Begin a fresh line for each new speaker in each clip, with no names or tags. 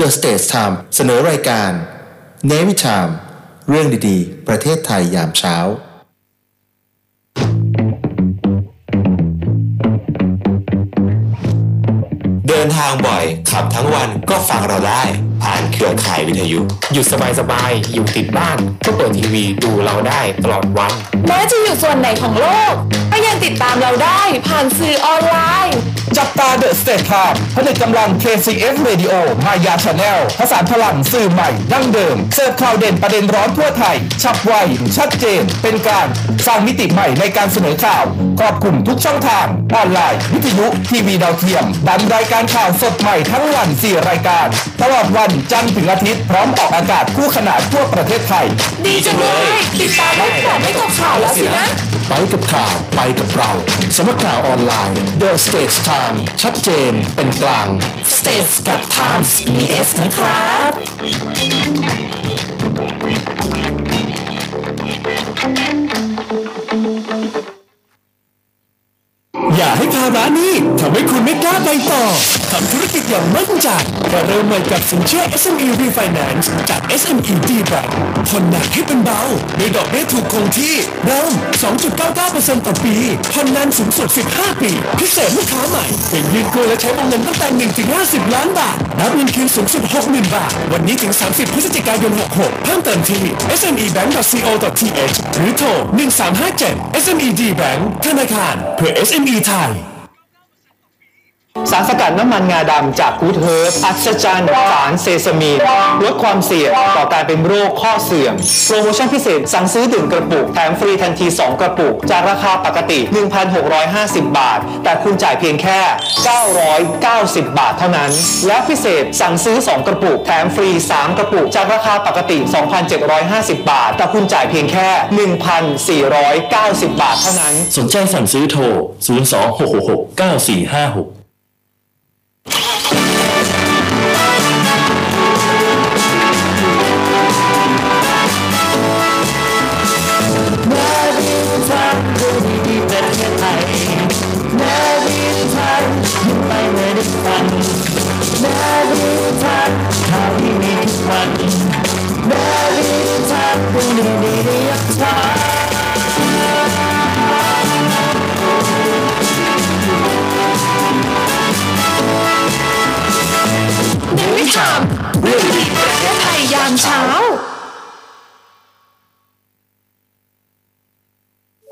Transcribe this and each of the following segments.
The States Time เสนอรายการ n a v y Time เรื่องดีๆ ประเทศไทยยามเช้า
เดินทางบ่อย ขับทั้งวันก็ฟังเราได้ ผ่านเครือข่ายวิทยุ
หยุดสบายๆ อยู่ติดบ้าน ก็เปิดทีวีดูเราได้ตลอดวัน
แม้จะอยู่ส่วนไหนของโลก ก็ยังติดตามเราได้ผ่านสื่อออนไลน์
จับตาเดอะสเตทไทม์ผลิตกำลัง KCF Radio มายาชาแนลผสานพลังสื่อใหม่ดั้งเดิม เสิร์ฟข่าวเด่นประเด็นร้อนทั่วไทย ฉับไว ชัดเจน เป็นการสร้างมิติใหม่ในการเสนอข่าวครอบคลุมทุกช่องทาง ออนไลน์ วิทยุ ทีวีดาวเทียมดันรายการข่าวสดใหม่ทั้งวัน 4 รายการ ตลอดวันจันทร์ถึงอาทิตย์ พร้อมออกอากาศคู่ขนาดทั่วประเทศไทย
ดีจังเลย ติดตามไม่ขาดไม่ตกข่าวแล้วสินะ
ไปกับข่าว ไปกับเราสำนักข่าวออนไลน์ The States Time ชัดเจนเป็นกลาง
States กับ Times BS นะครับ
อย่าให้ภาระหนี้ทำให้คุณไม่กล้าไปต่อทำธุรกิจอย่างมั่นใจก็เริ่มใหม่กับสินเชื่อ SME Refinance จาก SME d b a n k ผ่อนหนักให้เป็นเบาด้วยดอกเบี้ยถูกคงที่เริ่ม 2.99%ต่อปีผ่อนนานสูงสุด 15 ปี พิเศษลูกค้าใหม่เป็นยืดกู้และใช้วงเงินตั้งแต่ 1-50 ล้านบาทรับเงินคืนสูงสุด 60,000 บาท วันนี้ถึง 30 พฤศจิกายน 66 เพิ่มเติมที่ smebank.co.th หรือโทร 1357 SME D Bank ธนาคารเพื่อ SME ไทย
สารสกัดน้ำมันงาดำจากกูดเฮิร์บอัศจรรย์สารเซซามีนลดความเสี่ยงต่อการเป็นโรคข้อเสื่อม โปรโมชั่นพิเศษ สั่งซื้อดื่มกระปุก แถมฟรีทันที 2 กระปุก จากราคาปกติ 1,650 บาท แต่คุณจ่ายเพียงแค่ 990 บาทเท่านั้น และพิเศษสั่งซื้อ 2 กระปุก แถมฟรี 3 กระปุก จากราคาปกติ 2,750 บาท แต่คุณจ่ายเพียงแค่ 1,490 บาทเท่านั้น
สนใจสั่งซื้อโทร 026669456
ไม่ถามเรื่องดีประเทศไทยยามเช้า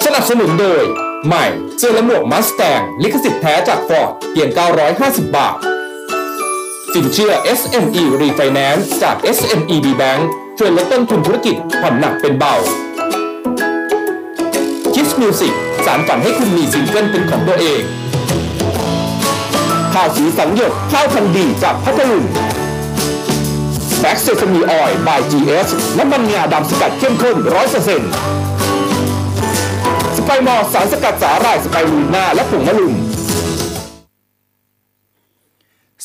สนับสนุนโดย ใหม่เสื้อและหมวกมัสแตงลิขสิทธิ์แท้จากฟอร์ดเพียง 950 บาท สินเชื่อ SME Refinance จาก SME B Bank ช่วยลดต้นทุนธุรกิจผ่อนหนักเป็นเบา Kiss Music สารฝันให้คุณมีซิงเกิลเป็นของตัวเอง ข้าวสีสังหยดข้าวพันธุ์ดีจากพัทลุง แบ็กเซซามีออยล์ by GS น้ำมันงาดำสกัดเข้มข้น100% สไปมอร์สารสกัดสาหร่ายสไปรูน่าและผงมะลุม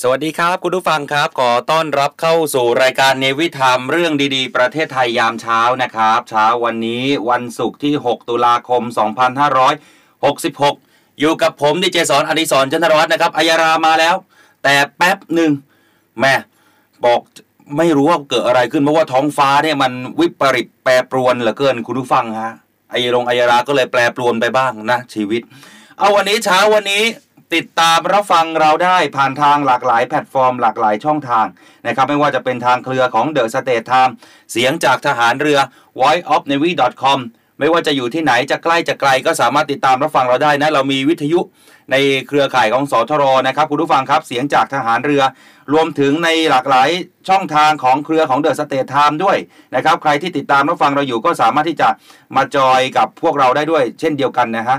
สวัสดีครับคุณผู้ฟังครับ ขอต้อนรับเข้าสู่รายการเนวิธรรมเรื่องดีๆ ประเทศไทยยามเช้านะครับเช้าวันนี้วันศุกร์ที่ 6 ตุลาคม 2566 อยู่กับผมดีเจสอนอดิสรจันทรวัฒน์นะครับ อัยารามาแล้ว แต่แป๊บหนึ่งแม่บอกไม่รู้ว่าเกิดอะไรขึ้นเพราะว่าท้องฟ้าเนี่ยมันวิปริตแปรปรวนเหลือเกินคุณผู้ฟังฮะไอยรงอัยาราก็เลยแปรปรวนไปบ้างนะชีวิต เอาวันนี้เช้าวันนี้ติดตามรับฟังเราได้ผ่านทางหลากหลายแพลตฟอร์ม หลากหลายช่องทางนะครับไม่ว่าจะเป็นทางเครือของ The State Time เสียงจากทหารเรือ voice of navy com ไม่ว่าจะอยู่ที่ไหนจะใกล้จะไกลก็สามารถติดตามรับฟังเราได้นะเรามีวิทยุในเครือข่ายของสทรนะครับคุณผู้ฟังครับเสียงจากทหารเรือ รวมถึงในหลากหลายช่องทางของเครือของเดอะสเตทไทม์ด้วยนะครับใครที่ติดตามรับฟังเราอยู่ก็สามารถที่จะมาจอยกับพวกเราได้ด้วย เช่นเดียวกันนะฮะ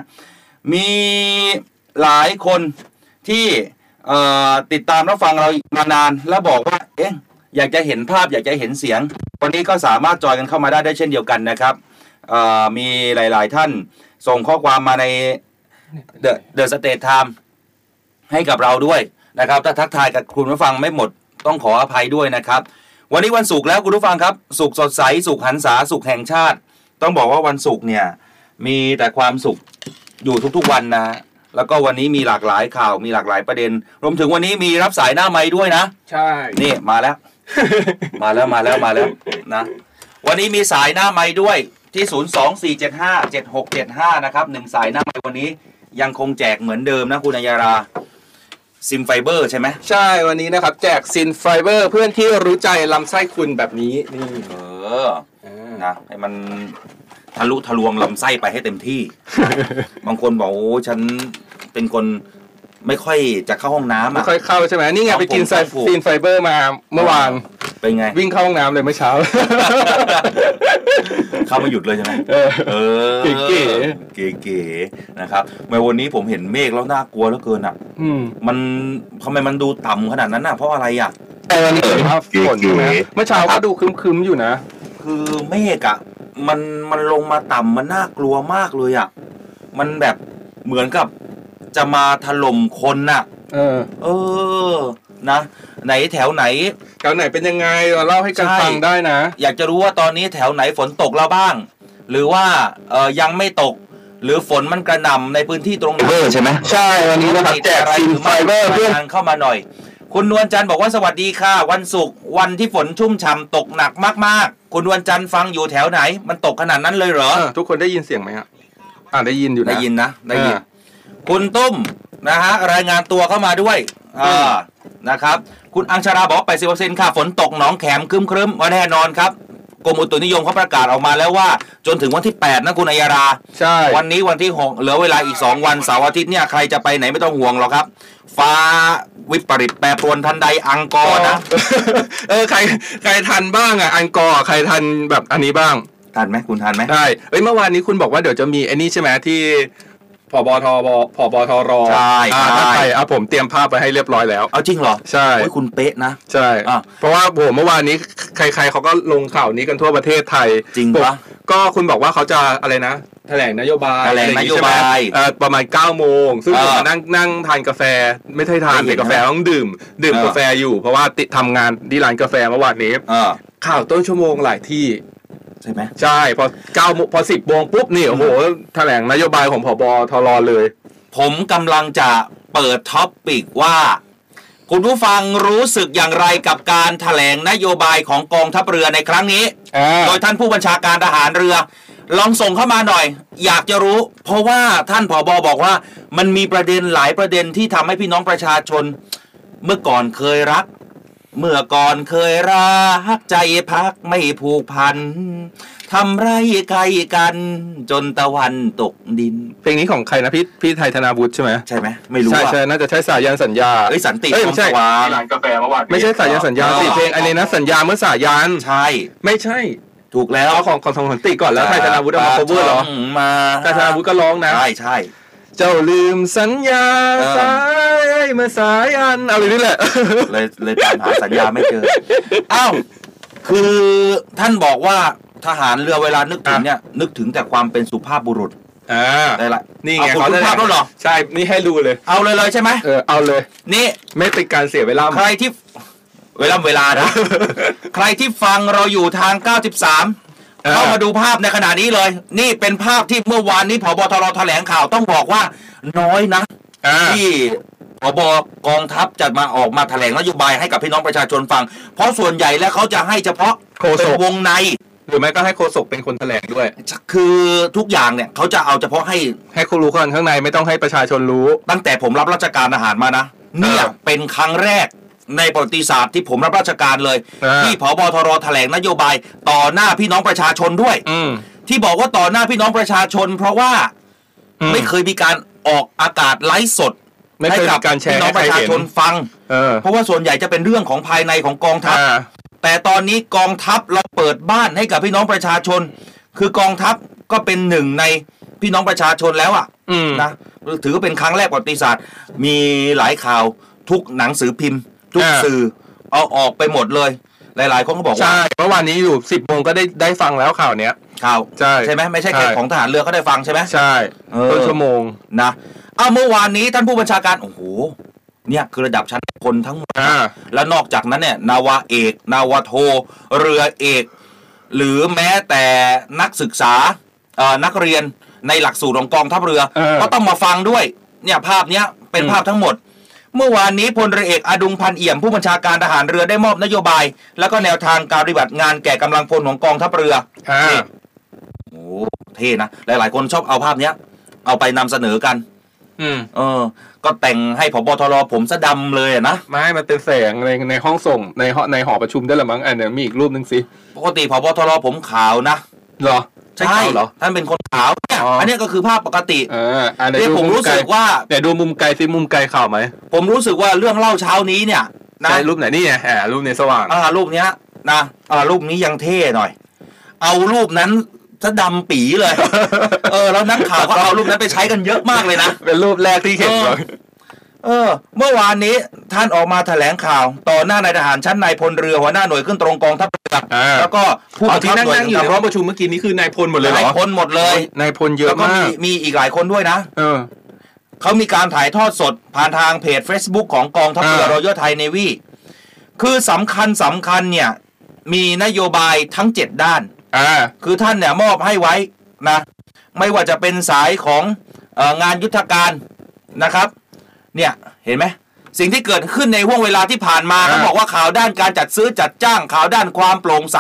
มีหลายคนที่เอ่อติดตามรับฟังเรามานานแล้วบอกว่า เอ๊ะอยากจะเห็นภาพอยากจะเห็นเสียง วันนี้ก็สามารถจอยกันเข้ามาได้ได้เช่นเดียวกันนะครับเอ่อมีหลาย ๆ ท่านส่งข้อความมาใน The The State Time ให้กับเราด้วยนะครับถ้าทักทายกับคุณผู้ฟังไม่หมดต้องขออภัยด้วยนะครับ วันนี้วันศุกร์แล้วคุณผู้ฟังครับศุกร์สดใสศุกร์หันษาศุกร์แห่งชาติ ต้องบอกว่าวันศุกร์เนี่ยมีแต่ความสุข อยู่ทุกๆวันนะฮะแล้วก็วันนี้มีหลากหลายข่าว มีหลากหลายประเด็น รวมถึงวันนี้มีรับสายหน้าไม้ด้วยนะ
ใช่
นี่มาแล้ว มาแล้วมาแล้วมาแล้วนะ วันนี้มีสายหน้าไม้ด้วยที่ 0 2 4 7 5 7 6 7 5 นะครับหนึ่งสายหน้าไม้วันนี้ยังคงแจกเหมือนเดิมนะคุณอัยยาราซิมไฟเบอร์ใช่ไหม
ใช่วันนี้นะครับ แจกซินไฟเบอร์เพื่อนที่รู้ใจลำไส้คุณแบบนี้นี่
เออนะให้มันทะลุทะลวงลำไส้ไปให้เต็ม ที่ บางคนบอกโอ้ฉันเป็นคนไม่ค่อยจะเข้าห้องน้ำ
ไม่
อ่ะ
ค่อยเข้าใช่ไหมนี่ไง
ครับ
ไปกิ
ผ
น
มครับผม
ซินไฟเบอร์มาเมื่อวาน
เป็นไง
วิ่งเข้าห้องน้ำเลยเมื่อเช้า
เข้าไม่หยุดเลยใช่ไหม
เออ
เออ
เก๋
เก๋ๆนะครับแม้วันนี้ผมเห็นเมฆแล้วน่ากลัวแล้วเกินอ่ะ
อืม
มันทำไมมันดูต่ำขนาดนั้นน่ะเพราะอะไรอ่ะ
แต่วันนี้เห็นว่าฝนใช่ไหมเมื่อเช้าก็ดูครึ้มๆอยู่นะ
คือเมฆอ่ะมันมันลงมาต่ำมันน่ากลัวมากเลยอ่ะ มันแบบเหมือนกับจะมาถล่มคนน่ะ
เออ
เออนะ ไหนแถวไหน
แถวไหนเป็นยังไงเราเล่าให้กัน
ใช่
ฟังได้นะ
อยากจะรู้ว่าตอนนี้แถวไหนฝนตกแล้วบ้าง หรือว่าเอ่อยังไม่ตก หรือฝนมันกระหน่ำในพื้นที่ตรงไหน
ใช่ไหม
ใช่วันนี้นะครับแจกซินไฟเบอร์เพื่อน
ทางเข้ามาหน่อย คุณนวลจันทร์บอกว่าสวัสดีค่ะ วันศุกร์วันที่ฝนชุ่มฉ่ำตกหนักมากๆ คุณนวลจันทร์ฟังอยู่แถวไหน มันตกขนาดนั้นเลยเหรอ
เออทุกคนได้ยินเสียงไหมฮะอ่าได้ยินอยู่นะ
ได้ยินนะ ได้ยิน
อ่า
คุณตุ้มนะฮะรายงานตัวเข้ามาด้วยอ่านะครับ คุณอังชาราบอกไปสิเปอร์เซ็นต์ค่ะฝนตกหนองแขมครึ้มครึ้มๆว่าแน่นอนครับกรมอุตุนิยมเขาประกาศออกมาแล้วว่า จนถึงวันที่ 8 นะคุณอัยยารา
ใช่
วันนี้วันที่หกเหลือเวลาอีก 2 วันเสาร์อาทิตย์เนี่ยใครจะไปไหนไม่ต้องห่วงหรอกครับ ฟ้าวิปริตแปรปรวนทันใดอังกอ
อ๋อ
ร์นะ
เออใครใครทันบ้างอ่ะอังกอร์ใครทันแบบอันนี้บ้าง
ทันไหมคุณทันไหม
ได้เอ้ยเมื่อวานนี้คุณบอกว่าเดี๋ยวจะมีไอ้นี่ใช่ไหมที่ผบทบผบทร
ใช่
อ่าถ้า
ใช่
ใครอ่ะผมเตรียมภาพไปให้เรียบร้อยแล้ว
เอาจริงเหรอ
ใช่
โอ้ยคุณเป๊ะนะ
ใช่
อ่ะ
เพราะว่าโหเมื่อวานนี้ใครๆเขาก็ลงข่าวนี้กันทั่วประเทศไทย
จริงปะ
ผมก็คุณบอกว่าเขาจะอะไรนะ แถลงนโยบาย
แถลงนโยบาย
อะไรองงี้ใช่ไหมเอ่อประมาณ9ก้าโมงซึ่ง
เออ
ผมมานั่งนั่งทานกาแฟไม่ใช่ทาน
ไม่เห็
แต่
น
กาแฟต้องดื่ม ดื่ม
เออ
กาแฟอยู่ เพราะว่าติดทำงานที่ร้านกาแฟเมื่อวานนี้
เออ
ข่าวต้นชั่วโมงหลายที่
ใช่ไหม
ใช่พอ9ก้าโมงพอสิบโมงปุ๊บนี่โอ้โหแถลงนโยบายของผบทรเลย
ผมกำลังจะเปิดท็อปปิกว่า คุณผู้ฟังรู้สึกอย่างไรกับการแถลงนโยบายของกองทัพเรือในครั้งนี้
อ่า
โดยท่านผู้บัญชาการทหารเรือ ลองส่งเข้ามาหน่อย อยากจะรู้ เพราะว่าท่านผอบอบอกว่า มันมีประเด็นหลายประเด็นที่ทำให้พี่น้องประชาชน เมื่อก่อนเคยรัก เมื่อก่อนเคยรักใจพักไม่ผูกพันทำไรไกลกัน จนตะวันตกดิน
เพลงนี้ของใครนะพี่พี่ไทยธนาวุฒิใช่ไหม
ใช่ไหมไม่รู้
ใช่
ว่า
ใช่น่าจะใช้สายันสัญญา
เอ้ยสันติ
เอ้ย
พร้อ
ไม่
ม
ใช่
สวา
ร้านกาแฟเมื่อวานนี้
ไม่ใช่สายันสัญญาสิเพลงอันนี้นะสัญญาเมื่อสายัน
ใช่
ไม่ใช่
ถูกแล้ว
เอาของของทองสันติก่อนแล้วไทยธนาวุฒิเอามา cover เหรอ
มา
ไทยธนาวุฒิก็ร้องนะ
ใช่ใช่
เจ้าลืมสัญญา
เออ
สายเมื่อสายันเอาเลยนี่แหละ
เลยเลยตามหาสัญญาไม่เจอ อ้าว คือท่านบอกว่าทหารเรือเวลานึกถึงเนี่ย นึกถึงแต่ความเป็นสุภาพบุรุษ
อ่า
ได้ละ
นี่
เอา
ไง
คุณคุณภาพแล้วเหรอ
ใช่นี่ให้ดูเลย
เอาเลยเลยใช่ไหม
เออเอาเลย
นี่
ไม่เป็นการเสียเวลา
ใครที่เวลาเวลานะ ใครที่ฟังเราอยู่ทาง 93
เออ
เข้ามาดูภาพในขณะนี้เลย นี่เป็นภาพที่เมื่อวานนี้ผบทรแถลงข่าวต้องบอกว่าน้อยนะ
อ่า
ที่ผบกองทัพจะมาออกมาแถลงนโยบายให้กับพี่น้องประชาชนฟัง เพราะส่วนใหญ่แล้วเขาจะให้เฉพาะ
โคศ
เป็น
ก
วงใน
หรือไม่ก็ให้โคศกเป็นคนแถลงด้วย
คือทุกอย่างเนี่ยเขาจะเอาเฉพาะให้
ให้คนรู้คนข้างในไม่ต้องให้ประชาชนรู้
ตั้งแต่ผมรับราชการทหารมานะ เนี่ย
เออ
เป็นครั้งแรกในประวัติศาสตร์ที่ผมรับราชการเลย
เออ
ที่ผบทรแถลงนโยบายต่อหน้าพี่น้องประชาชนด้วย
อืม
ที่บอกว่าต่อหน้าพี่น้องประชาชน เพราะว่า
อื
ไม่เคยมีการออกอากาศไลฟ์สด
ไม่เคยมีการแชร์
พี่น้อ
ให้
ง
ใค
ประ
ร
ชา
เห็น
ชนฟัง
เออ
เพราะว่าส่วนใหญ่จะเป็นเรื่องของภายในของกองทัพ
อ่า
แต่ตอนนี้กองทัพเราเปิดบ้านให้กับพี่น้องประชาชน คือกองทัพก็เป็นหนึ่งในพี่น้องประชาชนแล้วอ่ะ
อืม
นะถือว่าเป็นครั้งแรกประวัติศาสตร์ มีหลายข่าวทุกหนังสือพิมพ์ ทุกสื่อเอาออกไปหมดเลย หลาย ๆ คนก็บอกว่า
ใช่เมื่อวานนี้อยู่สิบโมงก็ได้ได้ฟังแล้วข่าวเนี้ย
ข่าว
ใช่
ไหมไม่ใช่แค่
ใช่
ของทหารเรือเขาได้ฟังใช่ไหม
ใช่
เออ
ต้นชั่วโมง
นะเอาเมื่อวานนี้ท่านผู้บัญชาการโอ้โหเนี่ยคือระดับชั้นพลทั้งหมด
อ่า
และนอกจากนั้นเนี่ยนาวาเอก นาวาโท เรือเอก หรือแม้แต่นักศึกษาเอ่อนักเรียนในหลักสูตรของกองทัพเรือ
เออ
ก็ต้องมาฟังด้วย เนี่ยภาพเนี้ยเป็น
อืม
ภาพทั้งหมด เมื่อวานนี้พลเรือเอกอดุงพันเอี่ยมผู้บัญชาการทหารเรือได้มอบนโยบาย และก็แนวทางการปฏิบัติงานแก่กำลังพลของกองทัพเรือ
ฮะ
นี่โอ้โหเท่นะหลายๆ คนชอบเอาภาพเนี้ย เอาไปนำเสนอกัน
อืม
เออ ก็แต่งให้ผบทรผมสะดำเลยอะนะ
ไม่มันเป็นแสงในในห้องส่งในห้องในหอประชุมได้ละมั้งอันเดี๋ยวมีอีกรูปหนึ่งสิ
ปกติผบทรผมขาวนะ
เหรอใช่เก่าเหรอ
ท่านเป็นคนขาวเนี่ย
อ๋ออั
อันเนี้ยก็คือภาพปกติ
เอออันไหน
เนี่ย
ดู
ผม
มุม
รู้
ไกล
สึกว่า
เดี๋ยวดูมุมไกลสิมุมไกลข่าวไหม
ผมรู้สึกว่าเรื่องเล่าเช้านี้เนี่ยนะ
ใช่รูปไหนนี่ไงอ่ารูปในสว่าง
อ่ารูปเนี้ยนะอ่ารูปนี้ยังเท่หน่อย เอารูปนั้นซะดำปี เลย เออแล้วนักข่าวก็เอารูปนั้นไปใช้กันเยอะมากเลยนะ
เป็นรูปแรกที่เห็นเลย
เออ เมื่อวานนี้ท่านออกมาแถลงข่าว ต่อหน้านายทหารชั้นนายพลเรือหัวหน้าหน่วยขึ้นตรงกองทัพเรือ
อ่า
แล้วก็ผู้
เอา
บัง
ที่
คับ
นั่ง
หน่วย
นั่งอยู่ในห้องประชุมเมื่อกี้นี้คือนายพลหมดเลยเห
ห
รอ
ลายคนหมดเลย
นายพลเยอะ
แล้วก็
มาก
มีมีอีกหลายคนด้วยนะ
เออ
เขามีการถ่ายทอดสดผ่านทางเพจ Facebook ของกองทัพเรือ
อ่า
รอยัลไทยเนวีคือสำคัญสำคัญเนี่ย มีนโยบายทั้ง 7 ด้าน
อ่า
คือท่านเนี่ยมอบให้ไว้นะ ไม่ว่าจะเป็นสายของเอองานยุทธการนะครับ เนี่ย เห็นไหม สิ่งที่เกิดขึ้นในห่วงเวลาที่ผ่านมา
อ่า
เขาบอกว่าข่าวด้านการจัดซื้อจัดจ้างข่าวด้านความโปร่งใส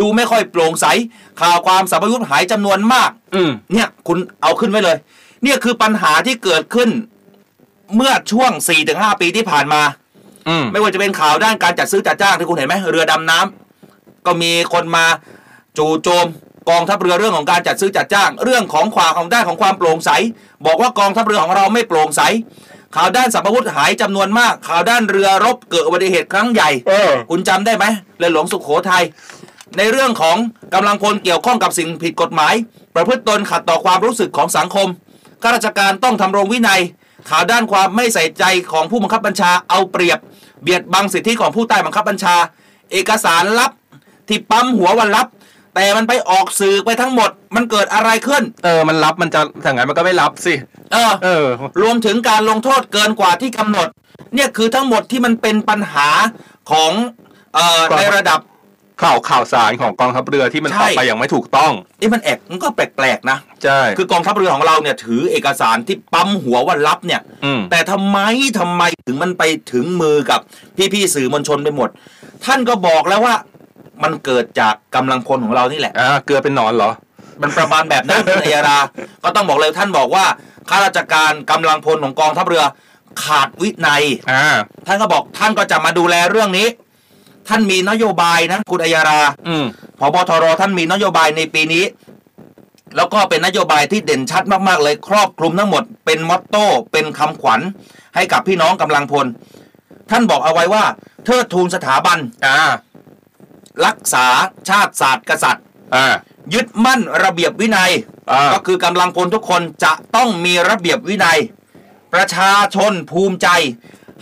ดูไม่ค่อยโปร่งใส ข่าวความสับพยุทธ์หายจำนวนมาก
อืม
เนี่ยคุณเอาขึ้นไว้เลย เนี่ยคือปัญหาที่เกิดขึ้น เมื่อช่วง 4-5 ปีที่ผ่านมา
อืม
ไม่ว่าจะเป็นข่าวด้านการจัดซื้อจัดจ้างที่คุณเห็นไหมเรือดำน้ำก็มีคนมาจู่โจมกองทัพเรือเรื่องของการจัดซื้อจัดจ้าง เรื่องของความของด้านของความโปร่งใส บอกว่ากองทัพเรือของเราไม่โปร่งใส ข่าวด้านสัมพวุธหายจำนวนมาก ข่าวด้านเรือรบเกิดอุบัติเหตุครั้งใหญ่
เออ
คุณจำได้ไหมเรือหลวงสุขโขทัยในเรื่องของกำลังพลเกี่ยวข้องกับสิ่งผิดกฎหมาย ประพฤติตนขัดต่อความรู้สึกของสังคมข้าราชการต้องทำรงวินัย ข่าวด้านความไม่ใส่ใจของผู้บังคับบัญชาเอาเปรียบ เบียดบังสิทธิของผู้ใต้บังคับบัญชา เอกสารลับที่ปั๊มหัววันลับ แต่มันไปออกสื่อไปทั้งหมด มันเกิดอะไรขึ้น
เออ มันรับมันจะถ้างั้นมันก็ไม่รับสิ
เออ
เออ
รวมถึงการลงโทษเกินกว่าที่กำหนด เนี่ยคือทั้งหมดที่มันเป็นปัญหาของเอ่อในระดับ
ข่าวข่าวสารของกองทัพเรือที่มัน
ใช่
ออกไปอย่างไม่ถูกต้อง
เอ๊ะมันแอกมันก็แปลกๆนะ
ใช่
คือกองทัพเรือของเราเนี่ยถือเอกสารที่ปั๊มหัวว่ารับเนี่ย
อืม
แต่ทำไมทำไมถึงมันไปถึงมือกับพี่ๆสื่อมวลชนไปหมด ท่านก็บอกแล้วว่ามันเกิดจากกำลังพลของเรานี่ แหละ
อ่า เกลือเป็นหนอนเหรอ
มันประมาณแบบนั้น คุณอัยรา ก็ต้องบอกเลยท่านบอกว่าข้าราชการกำลังพลของกองทัพเรือขาดวินัย
อ่า
ท่านก็บอกท่านก็จะมาดูแลเรื่องนี้ ท่านมีนโยบายนะคุณอัยรา
อืม
พบทรท่านมีนโยบายในปีนี้ แล้วก็เป็นนโยบายที่เด่นชัดมาก ๆ เลยครอบคลุมทั้งหมดเป็นมอตโต้เป็นคำขวัญให้กับพี่น้องกำลังพล ท่านบอกเอาไว้ว่า เทิดทูนสถาบัน
อ่า
รักษาชาติศาสตร์กษัตริย์
อ่า
ยึดมั่นระเบียบวินัย
อ่า
ก็คือกำลังพลทุกคนจะต้องมีระเบียบวินัย ประชาชนภูมิใจ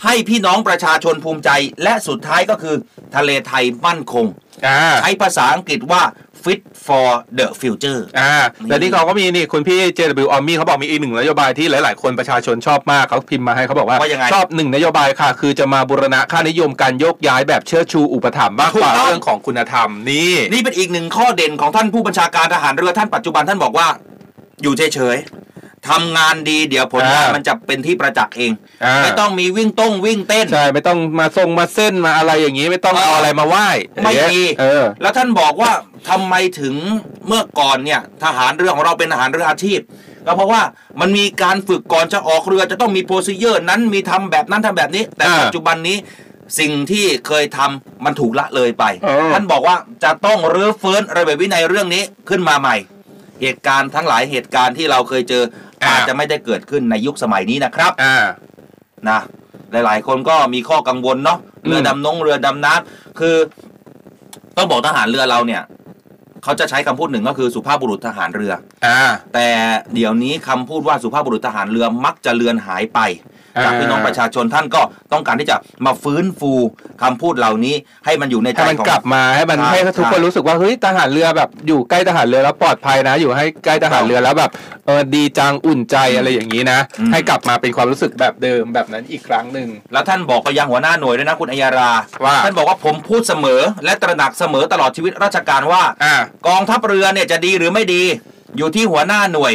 ให้พี่น้องประชาชนภูมิใจ และสุดท้ายก็คือทะเลไทยมั่นคง
อ่า
ใช้ภาษาอังกฤษว่า fit for the future
อ่าแล้วนี่เขาก็มีนี่คุณพี่ JW a r m y เขาบอกมีอีกหนึ่งนโยบายที่หลาย ๆ คนประชาชนชอบมากเขาพิมพ์มาให้เขาบอกว่า
ว่ายังไง
ชอบหนึ่งนโยบายค่ะ คือจะมาบูรณะค่านิยมการโยกย้ายแบบเชิดชูอุปถัมภ์มากกว่า
ถูกต้อง
เรื่องของคุณธรรมนี่
นี่เป็นอีกหนึ่งข้อเด่นของท่านผู้บัญชาการทหารเรือท่านปัจจุบันท่านบอกว่า อยู่เฉยๆทำงานดีเดี๋ยวผลงาน
อ่ามั
มันจะเป็นที่ประจักษ์เอง
อ่า
ไม่ต้องมีวิ่งต้งวิ่งเต้น
ใช่ไม่ต้องมาทรงมาเส้นมาอะไรอย่างนี้ไม่ต้อง
เออ
เอาอะไรมาไหว้
ไม่มี
เออ
แล้วท่านบอกว่าทำไมถึงเมื่อก่อนเนี่ยทหารเรือของเราเป็นทหารเรืออาชีพ ก็เพราะว่ามันมีการฝึกก่อนจะออกเรือจะต้องมีโปรซีเจอร์นั้นมีทำแบบนั้นทำแบบนี้ แต่
อ่า
ปัจจุบันนี้สิ่งที่เคยทำมันถูกละเลยไป
เออ
ท่านบอกว่าจะต้องรื้อฟื้นระเบียบวินัยเรื่องนี้ขึ้นมาใหม่ เหตุการณ์ทั้งหลายเหตุการณ์ที่เราเคยเจออาจจะไม่ได้เกิดขึ้นในยุคสมัยนี้นะครับ
อ่า
นะหลายๆ คนก็มีข้อกังวลเนาะ
อืม
เรือดำนงเรือดำน้ำคือ ต้องบอกทหารเรือเราเนี่ย เขาจะใช้คำพูดหนึ่งก็คือสุภาพบุรุษทหารเรือ
อ่า
แต่เดี๋ยวนี้คำพูดว่าสุภาพบุรุษทหารเรือมักจะเลือนหายไป
อ่า
จากพี่น้องประชาชนท่านก็ต้องการที่จะมาฟื้นฟูคำพูดเหล่านี้ให้มันอยู่ในใจ
ให้มัน
ของ
กลับมาให้มัน
ใช่
ให้ทุกคน
ใช่
รู้สึกว่าเฮ้ยทหารเรือแบบอยู่ใกล้ทหารเรือแล้วปลอดภัยนะ อยู่ให้ใกล้ทหารเรือแล้วแบบเออดีจังอุ่นใจอะไรอย่างนี้นะ
อืม
ให้กลับมาเป็นความรู้สึกแบบเดิมแบบนั้นอีกครั้งหนึ่ง
แล้วท่านบอกไปยังหัวหน้าหน่วยด้วยนะคุณอัยยารา
ว่า
ท่านบอกว่าผมพูดเสมอ และตระหนักเสมอตลอดชีวิตราชการว่า
อ่า
กองทัพเรือเนี่ยจะดีหรือไม่ดี อยู่ที่หัวหน้าหน่วย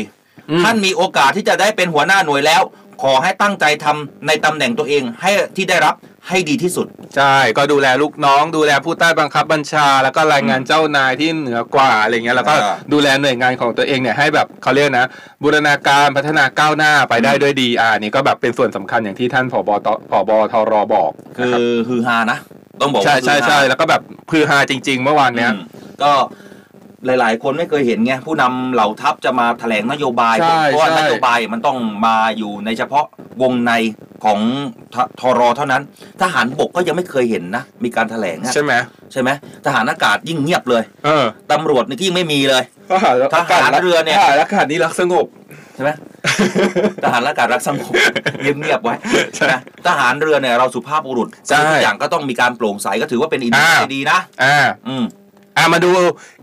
ท่านมีโอกาสที่จะได้เป็นหัวหน้าหน่วยแล้ว ขอให้ตั้งใจทำในตำแหน่งตัวเองให้ที่ได้รับให้ดีที่สุด
ใช่ ก็ดูแลลูกน้อง ดูแลผู้ใต้บังคับบัญชา แล้วก็รายงานเจ้านายที่เหนือกว่าอะไรเงี้ย แล้วก็
อ่า
ดูแลหน่วยงานของตัวเองเนี่ยให้แบบเขาเรียกนะ บูรณาการพัฒนาก้าวหน้าไปได้ด้วยดีอ่านี่ก็แบบเป็นส่วนสำคัญอย่างที่ท่านผบตผบทรบอก
คือฮือฮานะ ต้องบอกว่า
ใช่ใช่
ฮือฮา
ใช่แล้วก็แบบพือฮาจริง ๆ เมื่อวานเนี้ย
อืมก็หลาย ๆ คนไม่เคยเห็นไงผู้นำเหล่าทัพจะมาถแถลงนโยบาย
ใช่
เพราะว่า
ใช่
นโยบายมันต้องมาอยู่ในเฉพาะวงในของททรเท่านั้น ทหารบกก็ยังไม่เคยเห็นนะ มีการถแถลงอะ
ใช่ไหม
ใช่ไหมทหารอากาศยิ่งเงียบเลย
เออ
ตำรวจนี่ก็ยิ่งไม่มีเลย
ทหาร
ทหารเรือเนี่ย
ทหารอากาศนี่รักสงบ
ใช่ไหม ทหารอากาศรักสงบเงียบเงียบๆไว้
ใช่
นะทหารเรือเนี่ยเราสุภาพบุรุษ
ใช่
ทุกอย่างก็ต้องมีการโปร่งใสก็ถือว่าเป็นอีกหนึ่ง
อ่า
สิ่งดีนะ
อ่า
อืม
อ่ะมาดู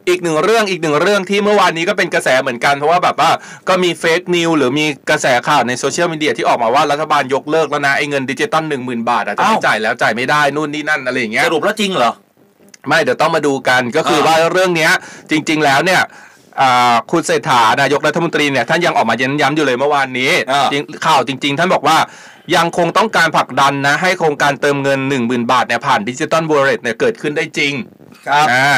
อีกหนึ่งเรื่องอีกหนึ่งเรื่องที่เมื่อวานนี้ก็เป็นกระแสเหมือนกัน เพราะว่าแบบว่าก็มีเฟกนิวหรือมีกระแสข่าวในโซเชียลมีเดียที่ออกมาว่ารัฐบาลยกเลิกแล้วนะไอ้เงินดิจิตอลหนึ่งหมื่นบาทอาจจะไม่
อ้าว
จ่ายแล้วจ่ายไม่ได้นู่นนี่นั่นอะไรอย่างเงี้ย
สรุปแล้วจริงเหรอ
ไม่เดี๋ยวต้องมาดูกันก็คือ
เออ
ว่าเรื่องเนี้ยจริง ๆ แล้วเนี่ยอ่าคุณเศรษฐานายกรัฐมนตรีเนี่ยท่านยังออกมาเย้นย้ำอยู่เลยเมื่อวานนี้
เออ
จริงข่าวจริง ๆ ท่านบอกว่ายังคงต้องการผลักดันนะให้โครงการเติมเงิน 1 0,000 บาทเนี่ยผ่านดิจิตอลบัลเลตเนี่ยเกิดขึ้นได้จริง
ครับ
อ่า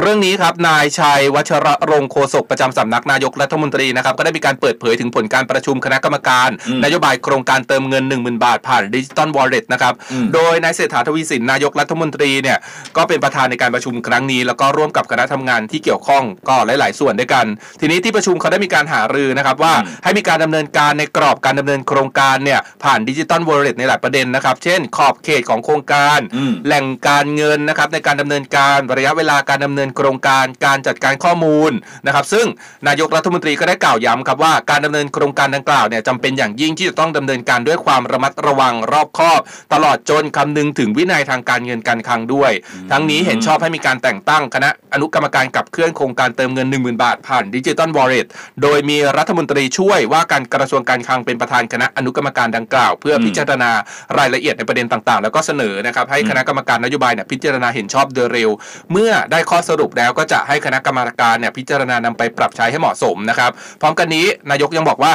เรื่องนี้ครับนายชัยวัชระรงค์โฆษกประจำสำนักนายกรัฐมนตรีนะครับก็ได้มีการเปิดเผยถึงผลการประชุมคณะกรรมการ
อืม
นโยบายโครงการเติมเงิน 10,000 บาท ผ่านดิจิตอลวอลเล็ตนะครับ
อืม
โดยนายเศรษฐาทวีสินนายกรัฐมนตรีเนี่ย ก็เป็นประธานในการประชุมครั้งนี้ แล้วก็ร่วมกับคณะทำงานที่เกี่ยวข้องก็หลาย ๆ ส่วนด้วยกัน ทีนี้ที่ประชุมเขาได้มีการหารือนะครับว่า
อืม
ให้มีการดำเนินการในกรอบการดำเนินโครงการเนี่ยผ่านดิจิตอลวอลเล็ตในหลายประเด็นนะครับเช่น ขอบเขตของโครงการ
อืม
แหล่งการเงินนะครับในการดำเนินการระยะเวลาการดำเนินโครงการการจัดการข้อมูลนะครับซึ่งนายกรัฐมนตรีก็ได้กล่าวย้ำครับว่าการดำเนินโครงการดังกล่าวเนี่ยจำเป็นอย่างยิ่งที่จะต้องดำเนินการด้วยความระมัดระวังรอบคอบ ตลอดจนคำนึงถึงวินัยทางการเงินการคลังด้วย ทั้งนี้เห็นชอบให้มีการแต่งตั้งคณะอนุกรรมการกับเคลื่อนโครงการเติมเงิน 10,000 บาทผ่านดิจิตอลวอลเล็ตโดยมีรัฐมนตรีช่วยว่าการกระทรวงการคลังเป็นประธานคณะอนุกรรมการดังกล่าว เพื่อพิจารณารายละเอียดในประเด็นต่างๆ แล้วก็เสนอนะครับให้คณะกรรมการนโยบายเนี่ยพิจารณาเห็นชอบโดยเร็ว เมื่อได้ข้อสรุปแล้วก็จะให้คณะกรรมการเนี่ยพิจารณานำไปปรับใช้ให้เหมาะสมนะครับพร้อมกันนี้นายกยังบอกว่า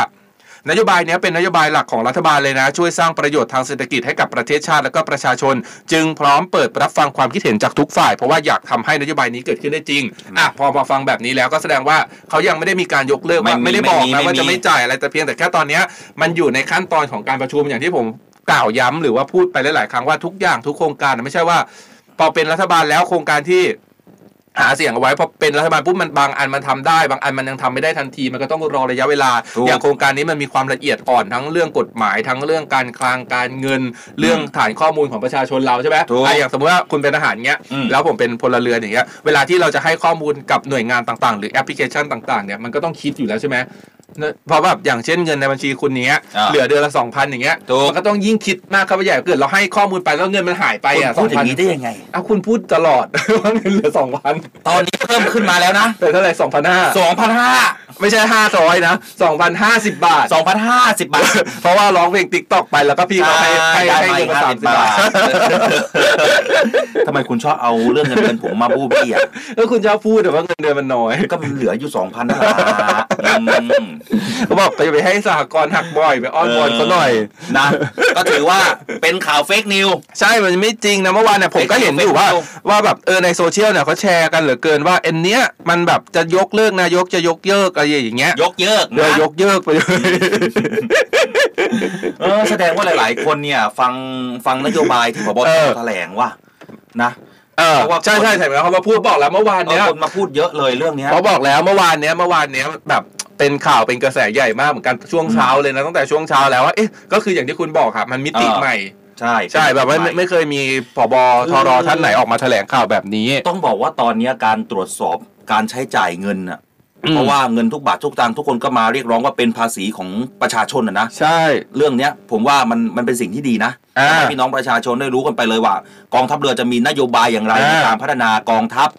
นโยบายเนี้ยเป็นนโยบายหลักของรัฐบาลเลยนะ ช่วยสร้างประโยชน์ทางเศรษฐกิจให้กับประเทศชาติและก็ประชาชน จึงพร้อมเปิดรับฟังความคิดเห็นจากทุกฝ่าย เพราะว่าอยากทำให้นโยบายนี้เกิดขึ้นได้จริงอ่ะพอมาฟังแบบนี้แล้วก็แสดงว่าเขายังไม่ได้มีการยกเลิกว่า
ไม่มี
ไม่ได้บอก
ไม่มี
นะว่า
ไม่มี
จะไม่จ่ายอะไรแต่เพียงแต่แค่ตอนเนี้ยมันอยู่ในขั้นตอนของการประชุมอย่างที่ผมกล่าวย้ำหรือว่าพูดไปหลาย ๆ ครั้งว่าทุกอย่างทุกโครงการนะไม่ใช่ว่า พอเป็นรัฐบาลแล้วโครงการที่ หาเสียงเอาไว้พอเป็นรัฐบาลปุ๊บมันบางอันมันทำได้ บางอันมันยังทำไม่ได้ทันที มันก็ต้องรอระยะเวลา
ถูก
อย่างโครงการนี้มันมีความละเอียดอ่อนทั้งเรื่องกฎหมายทั้งเรื่องการคลังการเงิน เรื่องฐานข้อมูลของประชาชนเราใช่ไหม
ถูก
อ่ะอย่างสมมติว่าคุณเป็นทหารเงี้ย
อืม
แล้วผมเป็นพลเรือนอย่างเงี้ยเวลาที่เราจะให้ข้อมูลกับหน่วยงานต่างๆ หรือแอปพลิเคชันต่างๆเนี่ยมันก็ต้องคิดอยู่แล้วใช่ไหมเนอะเพราะแบบอย่างเช่นเงินในบัญชีคุณเนี้ย
อ่า
เหลือเดือนละสองพันอย่างเงี้ย
ถูก
มันก็ต้องยิ่งคิดมากเข้าไปใหญ่เกิดเราให้ข้อมูลไปแล้วเงินมันหายไป
คุณ
อ่ะ
พูดอย่างนี้
2,000
ได้ยังไง
เอาคุณพูดตลอด ว่าเงินเหลือสองพัน
ตอนนี้เพิ่มขึ้นมาแล้วนะ
เป็นเท่าไหร่สองพันห้า
2,500
ไม่ใช่ห้าร้อยนะสองพันห้า สิบบาท
2,050 บาท
เพราะว่าร้องเพลงติ๊กตอกไปแล้วก็พี่เขาให้ให้
ได้
ให้
มา
เงิ
อี
น
ก
มา
ห้าสิบ
สามสิบ
บา
บาท
ท ทำไมคุณชอบเอาเรื่องเงินเดือนผมมาบูบี้อ่ะ
แล้วคุณชอบพูดแต่ว่าเงินเดือนมันน้อย
ก็มันเหลืออยู่ 2,000นะอืม
เขาบอกไปไปให้สหกรณ์หักบ่อยไปอ้อนวอนเขาหน่อย
นะ ก็ถือว่าเป็นข่าวเฟกนิว
ใช่ มันไม่จริงนะเมื่อวานเนี่ยผมก็เห็นอยู่ว่า
Facebook
ว่าแบบเออในโซเชียลเนี่ยเขาแชร์กันเหลือเกินว่าเอ็นเนี้ยมันแบบจะยกเลิกนายกจะยกเยิกอะไรอย่างเงี้ย
ยกเยิก
เดี๋ยว
นะ
ยกเยิกไปเลย
เออแสดงว่าหลาย ๆ คนเนี่ย ฟังฟังนโยบายที่ผบ
เอ
ตร
อ
แถลงว่า นะ
เออ
เพราะว่า
ใช่ใช่ใช่แล้วเขามาพูดบอกแล้วเมื่อวาน
เอา
เนี้ย
คนมาพูดเยอะเลยเรื่องเนี้ย
เขาบอกแล้วเมื่อวานเนี้ยเมื่อวานเนี้ยแบบเป็นข่าวเป็นกระแสใหญ่มากเหมือนกันช่วงเช้าเลยนะตั้งแต่ช่วงเช้าแล้วว่าเอ๊ะก็คืออย่างที่คุณบอกครับมันมิติ
เออ
ใหม่
ใช่
ใช่แบบว่าไม่ไม่เคยมีผบทรท่านไหนออกมาแถลงข่าวแบบนี้
ต้องบอกว่าตอนเนี้ยการตรวจสอบการใช้จ่ายเงินน่ะ เพราะว่าเงินทุกบาททุกสตางค์ทุกคนก็มาเรียกร้องว่าเป็นภาษีของประชาชนนะนะ
ใช่
เรื่องเนี้ยผมว่ามันมันเป็นสิ่งที่ดีนะ
อ่า
ให้พี่น้องประชาชนได้รู้กันไปเลยว่า กองทัพเรือจะมีนโยบายอย่างไร
อ่า
ในการพัฒนากองทัพ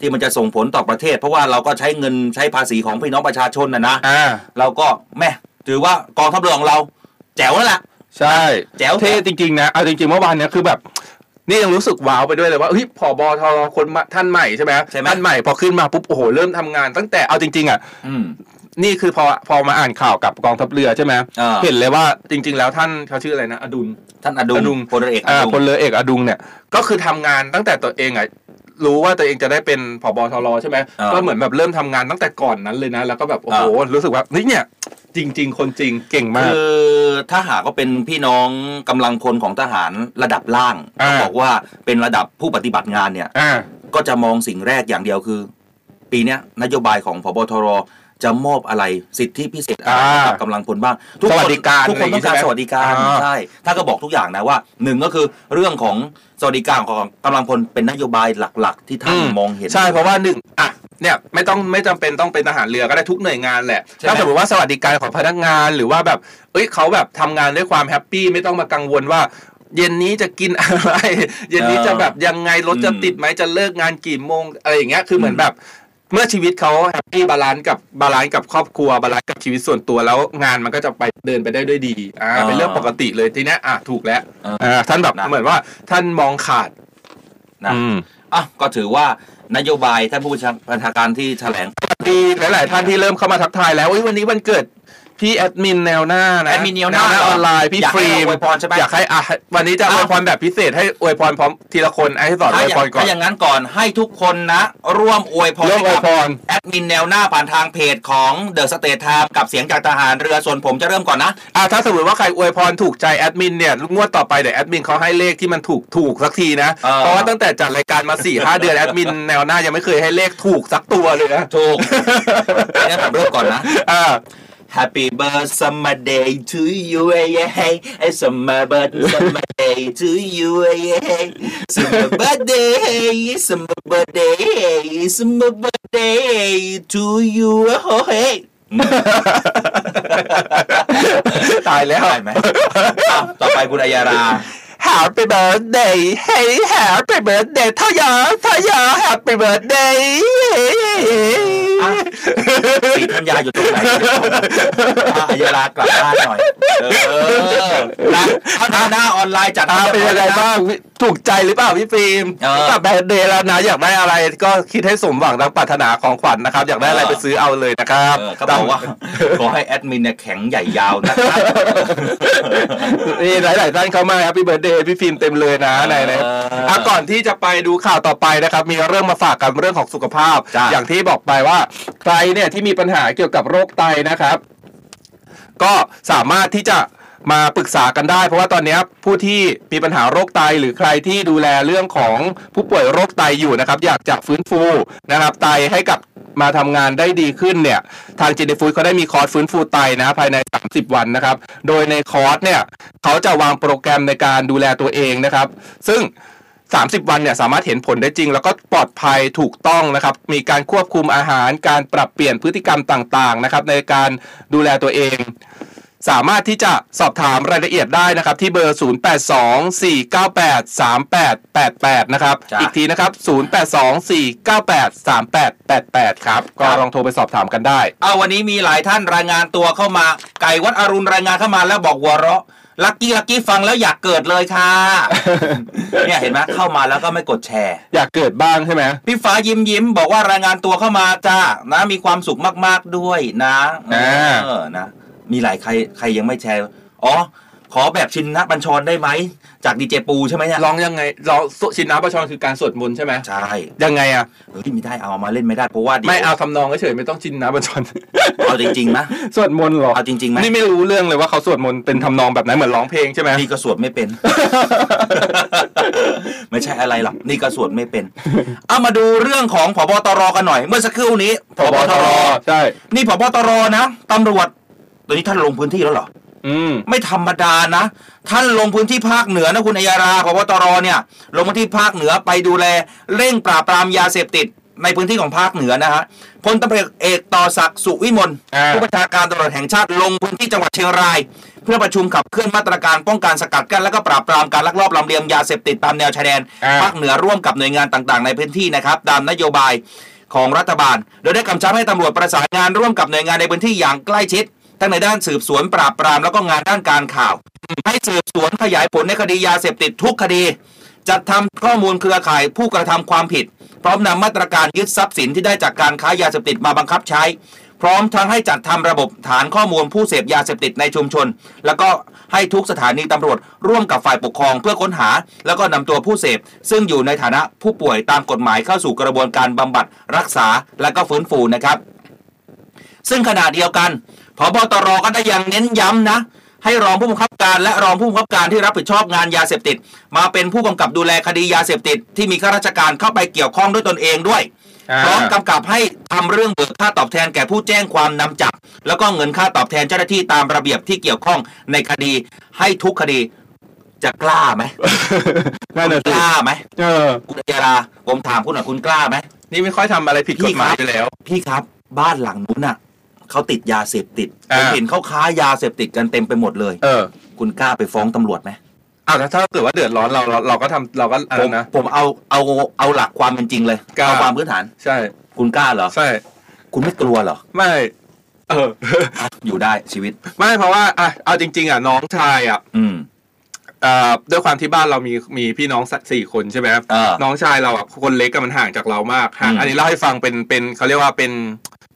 ที่มันจะส่งผลต่อประเทศ เพราะว่าเราก็ใช้เงินใช้ภาษีของพี่น้องประชาชนนะนะ
อ่า
เราก็แม่ถือว่ากองทัพเรือของเรา แจ๋วแล้วล่ะ
ใช่
แจ๋ว
เท่จริงๆนะเอาจริงๆเมื่อวานเนี้ยคือแบบ นี่ยังรู้สึกว้าวไปด้วยเลยว่าเฮ้ยผบทรคนมาท่านใหม่ใช่ไหม
ใช่ไหม
ท่านใหม่พอขึ้นมาปุ๊บโอ้โหเริ่มทำงานตั้งแต่เอาจริงๆอ่ะ
อืม
นี่คือพอพอมาอ่านข่าวกับกองทัพเรือใช่ไหม
อ่า
เห็นเลยว่าจริง ๆ แล้วท่านเขาชื่ออะไรนะอดุล
ท่านอดุ
อดุ
ง
ง
พลเรือเอกอ
อ่า
ดุง
พลเรือเอกอดุงเนี่ยก็คือทำงานตั้งแต่ตัวเองอ่ะรู้ว่าตัวเองจะได้เป็นผบทรใช่ไหม
า
ก็เหมือนแบบเริ่มทำงานตั้งแต่ก่อนนั้นเลยนะ แล้วก็แบบโอ้โหรู้สึกว่าเฮ้ยเนี่ย จริง ๆ คนจริงเก่งมาก
คือถ้าหากว่าเป็นพี่น้องกำลังพลของทหารระดับล่างต้อ
อ่า
งบอกว่าเป็นระดับผู้ปฏิบัติงานเนี่ย
อ่า
ก็จะมองสิ่งแรกอย่างเดียวคือ ปีเนี้ยนโยบายของพบทรจะมอบอะไรสิทธิพิเศษอะไร
อ่า
ให้กับกำลังพลบ้างทุก
ส
ค
วันสดิการ
ทุกคนต้องการ
อะไรอย่างงี้ใช่ไหม
สวัสดิการ
อ่า
ใช่ถ้านก็บอกทุกอย่างนะว่าหนึ่งก็คือเรื่องของสวัสดิการของกำลังพลเป็นนโยบายหลัก ๆ ที่ท่านมองเห็น
ใช่เพราะว่าหนึ่งอ่ะเนี่ยไม่ต้องไม่จำเป็นต้องเป็นทหารเรือก็ได้ทุกหน่วยงานแหละ
ใช่ไหม
ถ้าสมมติว่าสวัสดิการของพนักงานหรือว่าแบบ เอ้ยเขาแบบทำงานด้วยความแฮปปี้ไม่ต้องมากังวลว่า เย็นนี้จะกินอะไร เย็นนี้จะแบบยังไงรถจะ
อืม
ติดไหมจะเลิกงานกี่โมงอะไรอย่างเงี้ยคือเหมือ
อืม
นแบบ เมื่อชีวิตเขาแฮปปี้บาลานซ์กับบาลานซ์กับครอบครัวบาลานซ์กับชีวิตส่วนตัวแล้วงานมันก็จะไปเดินไปได้ด้วยดีอ่าเป็นเรื่องปกติเลยทีเนี้ยอ่ะถูกแล้วอ่าท่านแบบเหมือนว่าท่านมองขาด
นะ
อืม
อ่ะก็ถือว่านโยบายท่านผู้บัญชาการที่แถลง
มีหลาย ๆ ท่านที่เริ่มเข้ามาทักทายแล้วเอ้ยวันนี้วันเกิดพี่แอดมินแนวหน้านะ
แอดมินแนวหน้า
ออนไลน์พี่
อยาก
ฟรี
ให้เาอ
ม
วยพรใช่ไหม
อยากให้อ่ะวันนี้จะอ
อ้าว
วยพรแบบพิเศษให้อวยพรพร้อมทีละคนไอ้ให้สอนอ
ถ้า
วย
อย่า
พ
ง
รก่อ
ถ้าน อย่างนั้นก่อนให้ทุกคนนะ ร่วมอวยพร
ร่วมอวยพร
ให้กับแอดมินแนวหน้าผ่านทางเพจของเดอะสเตทไทม์กับเสียงจากทหารเรือส่วนผมจะเริ่มก่อนนะ
อ่ะถ้าสมมติว่าใครอวยพรถูกใจแอดมินเนี่ยงวดต่อไปเดี๋ยวแอดมินเขาให้เลขที่มันถูกถูกสักทีนะ
เออ
เพราะว่าตั้งแต่จัดรายการมา4ี่ห้าเดือนแอดมินแนวหน้ายังไม่เคยให้เลขถูกสักตัวเลยนะ
ถูกงั้นผมเริ่มก่อนนะ
อ่า
Happy birthday summer day to you yeah hey hey summer birthday summer day to you yeah hey summer birthday hey summer birthday hey summer birthday to you oh hey
ตายแล้ว
ได้ไหมอ้าวต่อไปคุณอัยยารา
Happy birthday Hey Happy birthday ทยาทยา Happy birthday
อ่ะ ปีธัญญาอยู่ตรงไหนอ่ะอัยยารากลับบ้านหน่อย เออนะท่านหัวหน้าออนไลน์จัด
อ่ะ
ให้
เป็นยัง
ยบ
ไง
ร้อยแล้วนะ
บ้างถูกใจหรือเปล่าพี่ฟิล์ม
เออ
กับ birthday แล้วนะ อยากได้อะไรก็คิดให้สมหวังดังปรารถนาของขวัญนะครับ อยากได้อะไรไปซื้อเอาเลยนะครับ
เออเขาบอกว่า ขอให้แอดมินเนี่ยแข็งใหญ่ยาวนะครับ
นี่หลาย ๆ ท่านเข้ามา Happy birthday พี่ฟิล์มเต็มเลยนะไหนๆ อ่ะก่อนที่จะไปดูข่าวต่อไปนะครับ มีเรื่องมาฝากกันเรื่องของสุขภาพ
จ้ะ
อย่างที่บอกไปว่าใครเนี่ยที่มีปัญหาเกี่ยวกับโรคไตนะครับ ก็สามารถที่จะมาปรึกษากันได้ เพราะว่าตอนเนี้ยผู้ที่มีปัญหาโรคไตหรือใครที่ดูแลเรื่องของผู้ป่วยโรคไตอยู่นะครับ อยากจะฟื้นฟูนะครับไตให้กลับมาทำงานได้ดีขึ้นเนี่ยทางเจนฟูดเขาได้มีคอร์สฟื้นฟูไตนะภายใน 30 วันนะครับ โดยในคอร์สเนี่ยเขาจะวางโปรแกรมในการดูแลตัวเองนะครับ ซึ่ง 30 วันเนี่ยสามารถเห็นผลได้จริง แล้วก็ปลอดภัยถูกต้องนะครับ มีการควบคุมอาหารการปรับเปลี่ยนพฤติกรรมต่างๆนะครับ ในการดูแลตัวเอง สามารถที่จะสอบถามรายละเอียดได้นะครับ ที่เบอร์ 0824983888 นะครับ
จ้ะ
อีกทีนะครับ 0824983888 ครับ ก็ลองโทรไปสอบถามกันได้
เอาวันนี้มีหลายท่านรายงานตัวเข้ามา ไก่วัดอรุณรายงานเข้ามาแล้วบอกหัวเราะลักกี้ลักกี้ฟังแล้วอยากเกิดเลย ค่ะ เนี่ยเห็นไหมเข้ามาแล้วก็ไม่กดแชร์
อยากเกิดบ้างใช่ไหม
พี่ฟ้ายิ้มยิ้มบอกว่ารายงานตัวเข้ามาจ้านะมีความสุขมากๆด้วยนะเอ
อ่า
อนะ มีหลายใครใครยังไม่แชร์อ๋อขอแบบชินนะบัญชรได้ไหมจากดีเจปูใช่ไหมเนี่ย
ลองยังไงลองสุชินนาประชรคือการสวดมนต์ใช่ไหม
ใช่
ยังไงอะ
เฮ้ยไม่ได้เอามาเล่นไม่ได้เพราะว่าดี๋ยว
ไม่เอาทำนองเฉยๆไม่ต้องชินนาประชร
เอาจริงๆนะ
สวดมนต์เหรอ
เอาจริงๆไหม
นี่ไม่รู้เรื่องเลยว่าเขาสวดมนต์เป็นทำนองแบบไหนเหมือนร้องเพลงใช่ไหม
นี่ก็สวดไม่เป็น ไม่ใช่อะไรหรอกนี่ก็สวดไม่เป็น เอามาดูเรื่องของพบตรกันหน่อย เมื่อสักครู่นี้พบตร
ใช่
นี่พบตรนะตำรวจตอนนี้ท่านลงพื้นที่แล้วเหรอ
อืม
ไม่ธรรมดานะ ท่านลงพื้นที่ภาคเหนือนะคุณอัยาราพบตรเนี่ย ลงพื้นที่ภาคเหนือไปดูแล เร่งปราบปรามยาเสพติดในพื้นที่ของภาคเหนือนะฮะพลตำรวจเอกต่อศักดิ์สุวิมล
อ่า
ผู้บัญชาการตำรวจแห่งชาติลงพื้นที่จังหวัดเชียงราย เพื่อประชุมขับเคลื่อนมาตรการป้องกันสกัดกั้นและก็ปราบปรามการลักลอบลำเลียงยาเสพติดตามแนวชายแดน
อ่า
ภาคเหนือร่วมกับหน่วยงานต่างๆ ในพื้นที่นะครับตามนโยบายของรัฐบาล โดยได้กำชับให้ตำรวจประสานงานร่วมกับหน่วยงานในพื้นที่อย่างใกล้ชิด ทั้งในด้านสืบสวนปราบปรามแล้วก็งานด้านการข่าว ให้สืบสวนขยายผลในคดียาเสพติดทุกคดี จัดทำข้อมูลเครือข่ายผู้กระทำความผิด พร้อมนำมาตรการยึดทรัพย์สินที่ได้จากการค้ายาเสพติดมาบังคับใช้ พร้อมทั้งให้จัดทำระบบฐานข้อมูลผู้เสพยาเสพติดในชุมชน แล้วก็ให้ทุกสถานีตำรวจร่วมกับฝ่ายปกครองเพื่อค้นหา แล้วก็นำตัวผู้เสพ ซึ่งอยู่ในฐานะผู้ป่วยตามกฎหมายเข้าสู่กระบวนการบำบัดรักษาและก็ฟื้นฟูนะครับ ซึ่งขณะเดียวกันพบตรก็ได้ยังเน้นย้ำนะ ให้รองผู้บังคับการและรองผู้บังคับการที่รับผิดชอบงานยาเสพติด มาเป็นผู้กำกับดูแลคดียาเสพติด ที่มีข้าราชการเข้าไปเกี่ยวข้องด้วยตนเองด้วย พร้อมกำกับให้ทำเรื่องเบิกค่าตอบแทนแก่ผู้แจ้งความนำจับ แล้วก็เงินค่าตอบแทนเจ้าหน้าที่ตามระเบียบที่เกี่ยวข้องในคดีให้ทุกคดีจะกล้าไหม
นั่นแหละ
ก
สิ
ล้าไหม
เออ
คุณอัยยาราผมถามคุณหน่อยคุณกล้าไหม
นี่ไม่ค่อยทำอะไรผิดกฎหมายอยู่แล้ว
พี่ครับบ้านหลังนู้นน่ะเขาติดยาเสพติด
อ่า
ผมเห็นเขาค้ายาเสพติดกันเต็มไปหมดเลย
เออ
คุณกล้าไปฟ้องตำรวจไหม
อ้าวแล้วถ้าเกิดว่าเดือดร้อนเราเราเราก็ทำเราก็อะไร
ผม
นะ
ผมเอาเอาเอาหลักความเป็นจริงเลย
กล้า
เอาความพื้นฐาน
ใช่
คุณกล้าเหรอ
ใช่
คุณไม่กลัวเหรอ
ไม่ เออ
อ่ะอยู่ได้ชีวิต
ไม่เพราะว่าอ่ะเอาจริง ๆ อ่ะน้องชายอ่ะ
อืม
เอ่อด้วยความที่บ้านเรามีมีพี่น้องสักสี่คนใช่ไหมครับ
เออ
น้องชายเราอ่ะคนเล็กก็มันห่างจากเรามากห่าง
อืม
อันนี้เล่าให้ฟังเป็นเป็นเขาเรียกว่าเป็น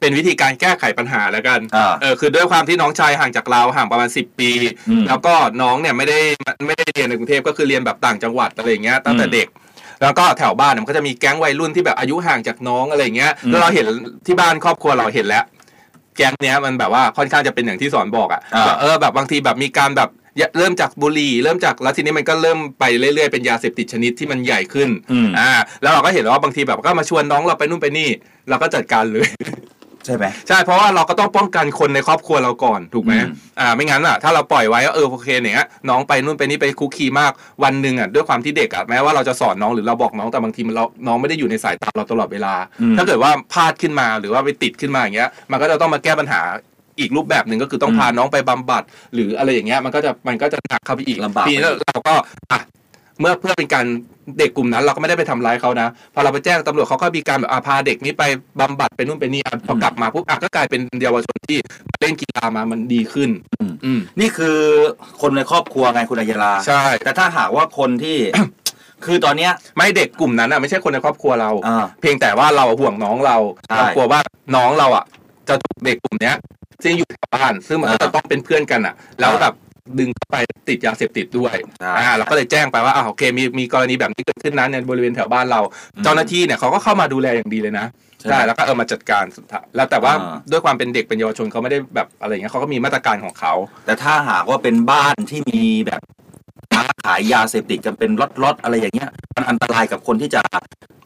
เป็นวิธีการแก้ไขปัญหาแล้วกัน
อ่า
เออคือด้วยความที่น้องชายห่างจากเราห่างประมาณสิบปี
อืม
แล้วก็น้องเนี่ยไม่ได้ไม่ได้เรียนในกรุงเทพก็คือเรียนแบบต่างจังหวัดอะไรอย่างเงี้ยตั้งแต่
อืม
เด็ก แล้วก็แถวบ้านเนี่ยมันก็จะมีแก๊งวัยรุ่นที่แบบอายุห่างจากน้องอะไรอย่างเงี้ยแล้วเราเห็นที่บ้านครอบครัวเราเห็นแล้ว แก๊งเนี้ยมันแบบว่าค่อนข้างจะเป็นอย่างที่สอนบอกอะ
อ่า
แบบเออแบบบางทีแบบมีการแบบอย่าเริ่มจากบุหรี่เริ่มจากแล้วทีนี้มันก็เริ่มไปเรื่อยๆเป็นยาเสพติดชนิดที่มันใหญ่ขึ้น
อืม
อ่าแล้วเราก็เห็นว่าบางทีแบบก็มาชวนน้องเราไปนู่นไปนี่ เราก็จัดการเลย
ใช่ไหม
ใช่เพราะว่าเราก็ต้องป้องกันคนในครอบครัวเราก่อนถูกไหม
อืม
อ่าไม่งั้นอ่ะถ้าเราปล่อยไว้ว่าเออโอเคอย่างเนี้ยน้องไปนู่นไปนี่ไปคุกคีมากวันหนึ่งอ่ะด้วยความที่เด็กอ่ะแม้ว่าเราจะสอนน้องหรือเราบอกน้องแต่บางทีมันเราน้องไม่ได้อยู่ในสายตาเราตลอดเวลา
อืม
ถ้าเกิดว่าพลาดขึ้นมาหรือว่าไปติดขึ้นมาอย่างเงี้ยมันก็จะต้องมาแก้ปัญหาอีกรูปแบบหนึ่งก็คือต้องพาน้องไปบำบัด หรืออะไรอย่างเงี้ยมันก็จะมันก็จะหนักเข้าไปอีก
ลำบาก
ทีนี้เราก็อ่ะ เมื่อเพื่อเป็นการเด็กกลุ่มนั้น เราก็ไม่ได้ไปทำร้ายเขานะ พอเราไปแจ้งตำรวจเขาก็มีการแบบอาพาเด็กนี้ไปบำบัดไปนู่นไปนี่อ่ะพอกลับมาปุ๊บอ่ะก็กลายเป็นเยาวชนที่เล่นกีฬามามันดีขึ้น
อืม
อืม
นี่คือคนในครอบครัวไงคุณอัยยารา
ใช่
แต่ถ้าหากว่าคนที่ คือตอนเนี้ย
ไม่เด็กกลุ่มนั้นอ่ะไม่ใช่คนในครอบครัวเรา
อ่า
เพียงแต่ว่าเราห่วงน้องเรา
ใช่
เรากลัวว่าน้องเราอ่ะ จะถูกเด็กกลุ่มเนี้ยซึ่งอยู่แถวบ้านซึ่งมันก็จะ
อ่า
ต้องเป็นเพื่อนกันอ่ะ แล้ว
อ่า
แบบดึงเข้าไปติดยาเสพติดด้วย
ใช่
อ่าเราก็เลยแจ้งไปว่าอ่าโอเคมีมีกรณีแบบนี้เกิดขึ้นนะในบริเวณแถวบ้านเรา เจ้าหน้าที่เนี่ยเขาก็เข้ามาดูแลอย่างดีเลยนะ
ใช่
ใช่แล้วก็เออมาจัดการสุดท้ายแล้วแต่ว่า
อ่า
ด้วยความเป็นเด็กเป็นเยาวชนเขาไม่ได้แบบอะไรเงี้ยเขาก็มีมาตรการของเขา
แต่ถ้าหากว่าเป็นบ้านที่มีแบบค้าขายยาเสพติดกันเป็นล็อตๆอะไรอย่างเงี้ย มันอันตรายกับคนที่จะ